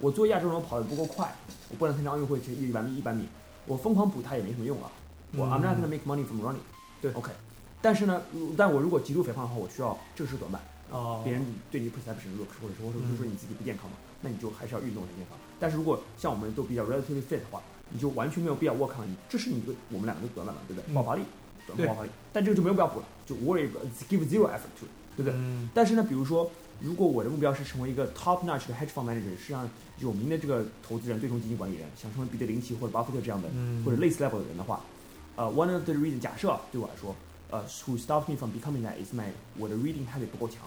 我做亚洲人我跑得不够快，我不能参加奥运会这一百米一百米，我疯狂补它也没什么用啊。我、I'm not gonna make money from running。
嗯对
，OK。但是呢，如但我如果极度肥胖的话，我需要这个是短板，
哦，
别人对你 perception 弱，或者说或者说
嗯
说你自己不健康嘛，那你就还是要运动才健康。但是如果像我们都比较 relatively fit 的话，你就完全没有必要 work on，这是你的我们两个的短板嘛，对不对？
嗯
爆发力，短
对
爆发力，但这个就没有必要补了，就 worry about- give zero effort to，对不对？
嗯
但是呢，比如说，如果我的目标是成为一个 top notch 的 hedge fund manager，是让有名的这个投资人、对冲基金管理人，想成为彼得林奇或者巴菲特这样的
嗯
或者类似 level 的人的话，呃，one of the reason 假设啊对我来说，呃，who stops me from becoming that is my 我的 reading habit 不够强。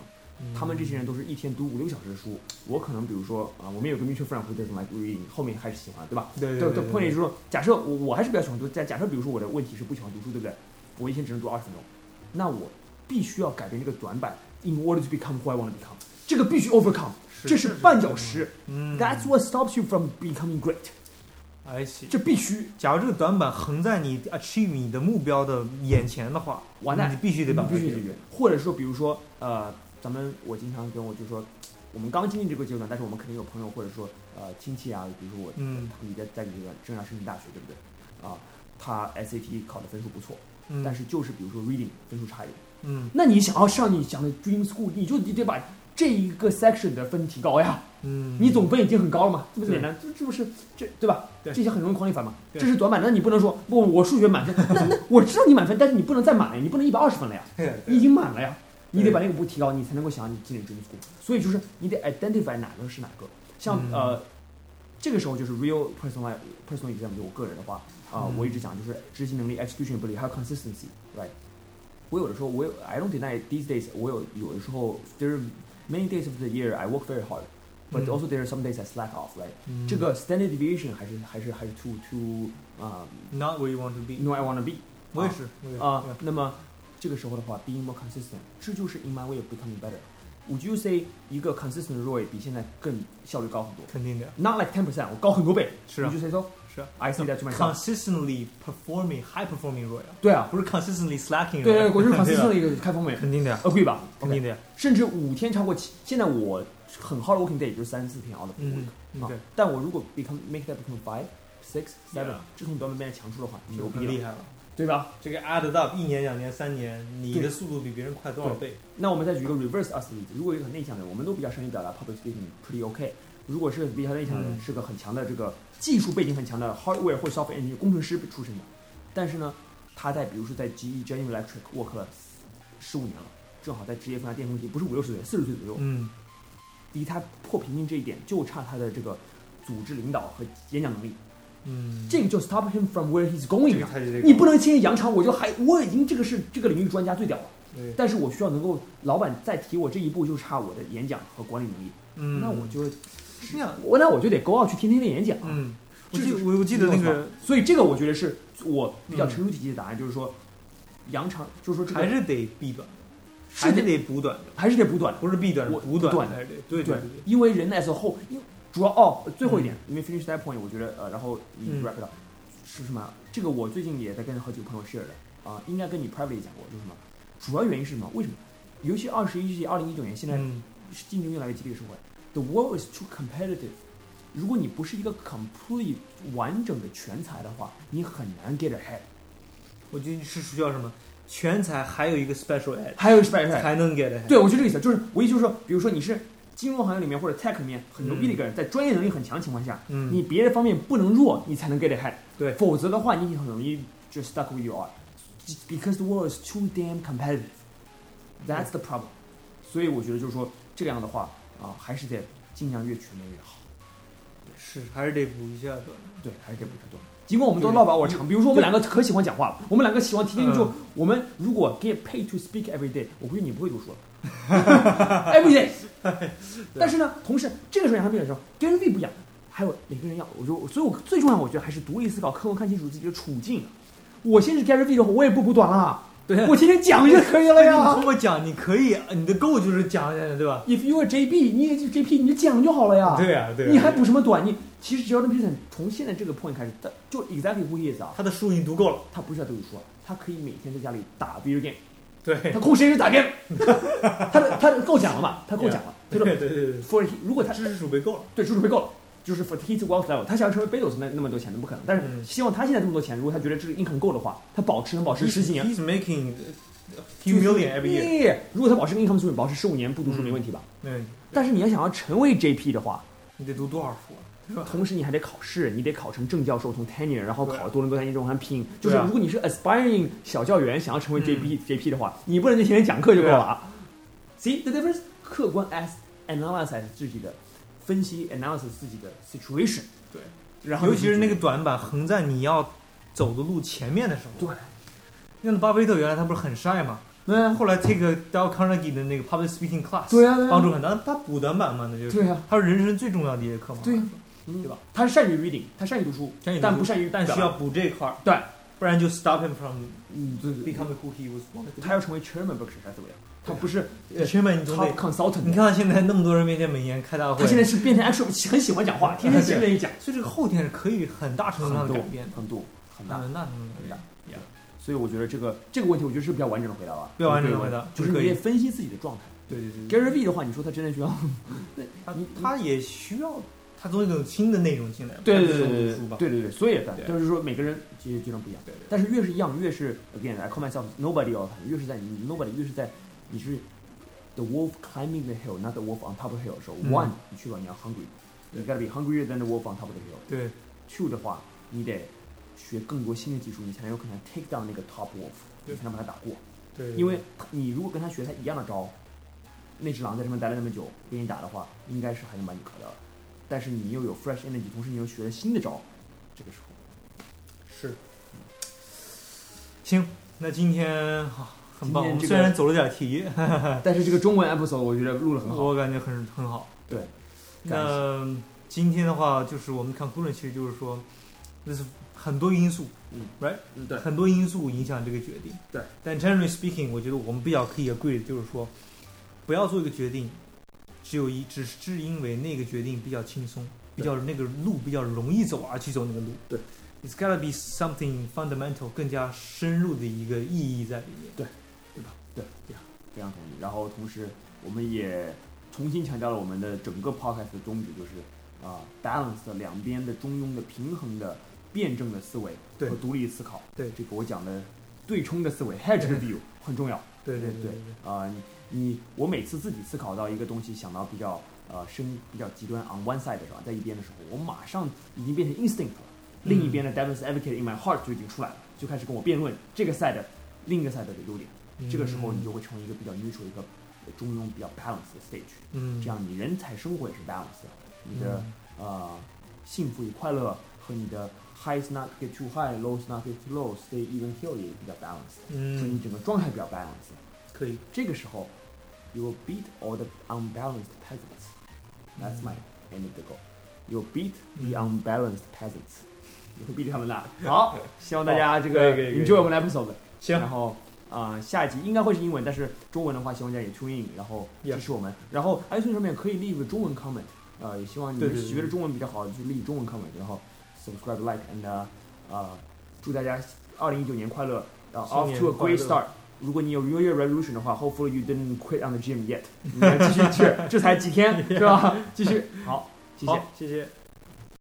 嗯
他们这些人都是一天读五六小时的书，我可能比如说啊、我们有个 mutual friend 或者什么 reading，后面还是喜欢，对吧？
对
对
对
对，point 就是说，假设我我还是比较喜欢读，假假设比如说我的问题是不喜欢读书，对不对？我一天只能读二十分钟，那我必须要改变这个短板，in order to become who I want to become，这个必须 overcome，这是绊脚，石、
嗯
t h a t s what stops you from becoming great，
I see。
这必须
假如这个短板横在你 achieve 你的目标的眼前的话，
完蛋
你必须得把它
必须
解
解
决
决。或者说，比如说，呃，咱们我经常跟我就说，我们刚经历这个阶段，但是我们肯定有朋友或者说呃亲戚啊，比如说我
嗯
你在在你这个正要申请大学，对不对？啊，他 SAT 考的分数不错，
嗯，
但是就是比如说 reading 分数差一点，
嗯
那你想要上你想的 dream school，你就你得把这一个 section 的分提高呀。
嗯，
你总分已经很高了嘛，这么
对
简单，这这不是这对吧？
对
这些很容易框一反嘛，
对
这是短板，那你不能说不我数学满分，那那我知道你满分，但是你不能再满了，你不能一百二十分了呀，
对
你已经满了呀，
对
你得把那个步提高，你才能够想你进入 dream school。所以就是你得 identify 哪个是哪个，像、
嗯
呃，这个时候就是 real personal personal example，就我个人的话啊、
嗯
我一直讲就是执行能力 execution ability 还有 consistency，right？我有的时候我有 I don't deny these days，我有有的时候 there are many days of the year I work very hard，but
嗯
also there are some days I slack off，right？、
嗯
这个 standard deviation 还是还是还是 too too 啊、
not where you want to be。啊
no I wanna be，
我也是，我也是
啊、
对
那么这个时候的话，being more consistent，这就是 in my way of becoming better。Would you say 一个 consistent ROI 比现在更效率高很多
肯定的，
？Not like ten percent，我高很多倍。
是啊
Would you say so?
是啊
I see that to myself。
consistently performing high performing royal，
对啊，
不是 consistently slacking，
对对，
royal
我就是
吧
consistent 的 一个开封美
肯定的呀，
，agree 吧？
肯定的呀，
甚至五天超过七，现在我很 hard working day 也就是三四天 out of the week
嗯，嗯
啊
对，
但我如果 become make that become five six seven，
Yeah
这从短板变成强处的话，牛
嗯很
逼
厉
了，
害了。
对吧？
这个 added up 一年、两年、三年，你
对
的速度比别人快多少倍？
那我们再举一个 reverse us 的例子，如果一个很内向的人，我们都比较善于表达 public speaking pretty OK。如果是比较内向的人，
嗯
是个很强的这个技术背景很强的 hardware 或 software engineer 工程师出身的，但是呢，他在比如说在 GE General Electric work 了十五年了，正好在职业生涯巅峰期，不是五六十岁，四十岁左右，
嗯，
离他破瓶颈这一点就差他的这个组织领导和演讲能力，
嗯，
这个就 stop him from where he's going
个
啊！
太这个，
你不能轻易扬长，我就还我已经这个是这个领域专家最屌了，
对，
但是我需要能够老板再提我这一步就差我的演讲和管理能力，
嗯，
那我就
这样，
我那我就得 go out 去天天的演讲啊。
嗯，我
这
记
就是
我我记得那个
所以这个我觉得是我比较成熟体系的答案，就是说扬长，就是说这个
还是得避短，
是
还是
得
得补短的，
还是得补短的。
不是避短，
我
是补短
短
还是得对对对，
因为人的 as a whole，因为主要哦，最后一点，因为 finish that point，我觉得呃，然后你
嗯
wrap it up，、是什么？啊这个我最近也在跟好几个朋友 share 的啊、应该跟你 privately 讲过，就是什么？主要原因是什么？为什么？尤其二十一世纪二零一九年，现在
嗯
竞争越来越激烈的社会、t h e world is too competitive。如果你不是一个 complete 完整的全才的话，你很难 get ahead。
我觉得是需要什么全才，还有一个 special edge
还有失败才，
才能 get ahead。
对我就这个意思，就是我意思就是说，比如说你是金融行业里面或者 tech 里面很牛逼的一个人，在专业能力很强的情况下，
嗯，
你别的方面不能弱，你才能 get ahead。
对
否则的话，你很容易就 stuck where you are。Because the world is too damn competitive. That's the problem. 所以我觉得就是说，这样的话啊，还是得尽量越全面越好。
是还是得补一下短。
对，还是得补充多。尽管我们都唠把我长，比如说我们两个可喜欢讲话了，我们两个喜欢提前就
嗯
我们如果 get paid to speak every day，我估计你不会读书了 ，every day。但是呢，同时这个时候杨他变的时候，跟人力不一样，还有每个人要，我就所以我最重要，我觉得还是独立思考，客观看清楚自己的处境。啊我先是 Gary V 的话，我也不补短了，
对
我天天讲就可以了
你
呀
通。过讲，你可以，你的 goal 就是讲，对吧？
If you are JB，你也就 JP，你就讲就好了呀。
对呀、对呀、
你还补什么短？你其实 Jordan Peterson 从现在这个 point 开始，他就 exactly who he is 啊，
他的书已经读够了，
他不是在读书啊，他可以每天在家里打 video game，哎
对，
他空时间就打 game，他的他的够讲了嘛，他够讲了，
对
就
对
是
对对，
for 如果他
知识储备够了，
对收入备够了，就是 for his wealth level，他想要成为 Bezos 那那么多钱那不可能，但是
嗯
希望他现在这么多钱，如果他觉得这个 income 够的话，他保持能保
嗯
持十几年
He's making a few million every year，
year，如果他保持这个 income 水平保持十五年不读书没问题吧？
嗯，
但是你要想要成为 JP 的话，
你得读多少书啊？对吧？
同时你还得考试，你得考成正教授，从 tenure，然后
对啊
考多伦多三一中还拼。就
对啊
是如果你是 aspiring 小教员，想要成为
嗯
JP、JP 的话，你不能就天天讲课就够
对啊
了啊。See the difference？客观 as analyze 自己的分析，analyze 自己的 situation，
对，
然后
尤其是那个短板横在你要走的路前面的时候，
对，
那巴菲特原来他不是很晒嘛，
对啊，
后来 take a Dale Carnegie 的那个 public speaking class，
对啊，对啊
帮助很大，他补短板嘛，那就是
对啊，
他是人生最重要的一节课嘛，
对啊，对吧？他是善于 reading，他善于读书，
善于读书
但不善于
但需
表
要
达
补这一块儿，
对，
不然就 stop him from
嗯，对对，对
becoming who he was born to be。
他要成为 chairman Berkshire Hathaway，他不是
呃前面你总
top
得，你
consultant，
看现在那么多人面前每年开大会，
他现在是变成 actually 很喜欢讲话，天天喜欢讲。
所以这个后天是可以很大程度上
很
地
多
改变的，嗯
很多很大
那。那很大。
所以我觉得这个这个问题，我觉得是比较完整的回答吧。
比较完整的回答
就是
可
你
以
也分析自己的状态。
对对对对，
Gary V 的话，你说他真的需要
他
你
他也需要他总有一种新的内容进来，
嗯对
不
对
然就
对
是
对
读书吧，
对对对，所以
对
就是说每个人其实经常不一样。
对对
但是越是 young，越是 again I call myself nobody of，越是在你 nobody，越是在你是 the wolf climbing the hill，not the wolf on top of the hill 的时候
嗯
，one 你去吧，你要 hungry，你
对
gotta be hungrier than the wolf on top of the hill。
对
two 的话，你得学更多新的技术，你才能有可能 take down 那个 top wolf，你
对
才能把它打过。
对对，
因为你如果跟他学他一样的招，那只狼在上面待了那么久，给你打的话，应该是还能把你克掉的。但是你又有 fresh energy，同时你又学了新的招，这个时候
是。行，那今天好，很棒。
今
我
天
们
这个
虽然走了点题，
但是这个中文 episode 我觉得录的很 好，
我感觉很很好。
对，感谢
那今天的话，就是我们 conclusion 其实就是说，这是很多因素，
嗯
，right，
嗯对
很多因素影响这个决定，
对。
但 generally speaking，我觉得我们比较可以 agree 的就是说，不要做一个决定，只有一只是因为那个决定比较轻松，比较那个路比较容易走而去走那个路，
对。
It's gotta be something fundamental，更加深入的一个意义在里面。
非常同意。然后同时，我们也重新强调了我们的整个 podcast 的宗旨，就是啊、b a l a n c e 的两边的中庸的平衡的辩证的思维
对
和独立思考。
对
这个我讲的对冲的思维 hedge review 很重要。
对
对
对
对啊、你你我每次自己思考到一个东西，想到比较呃深、比较极端 on one side 的时候，在一边的时候，我马上已经变成 instinct 了，另一边
嗯
的 devil's advocate in my heart 就已经出来了，就开始跟我辩论这个 side 的另一个 side 的优点。
对
这个时候你就会成为一个比较 neutral、一个中庸、比较 balanced 的 stage。
嗯，
这样你人才生活也是 balanced，的你的
嗯
呃幸福与快乐和你的 highs not get too high，lows not get too low，stay even here 也比较 balanced，所以你
嗯，
整个状态比较 balanced。
可以，
这个时候，you will beat all the unbalanced peasants。That's my end of the goal. You will beat the
嗯
unbalanced peasants。你会 beat 他们的。好，希望大家这
可
个
以可以可以
enjoy 我们的 episode。
行
然后啊、呃下一集应该会是英文，但是中文的话，希望大家也 tune in，然后
Yeah
支持我们。然后 iTunes 上面可以 leave 中文 comment，呃，也希望你
对
们
对对
学的中文比较好，就 leave 中文 comment，然后 subscribe like and 啊、呃祝大家二零一九年快乐，呃
新
，off
年
to a
快
great
乐
start。如果你有 New Year Resolution 的话，Hopefully you didn't quit on the gym yet，你能继续去，这才几天，对吧？继续，好，谢谢
好。，谢谢。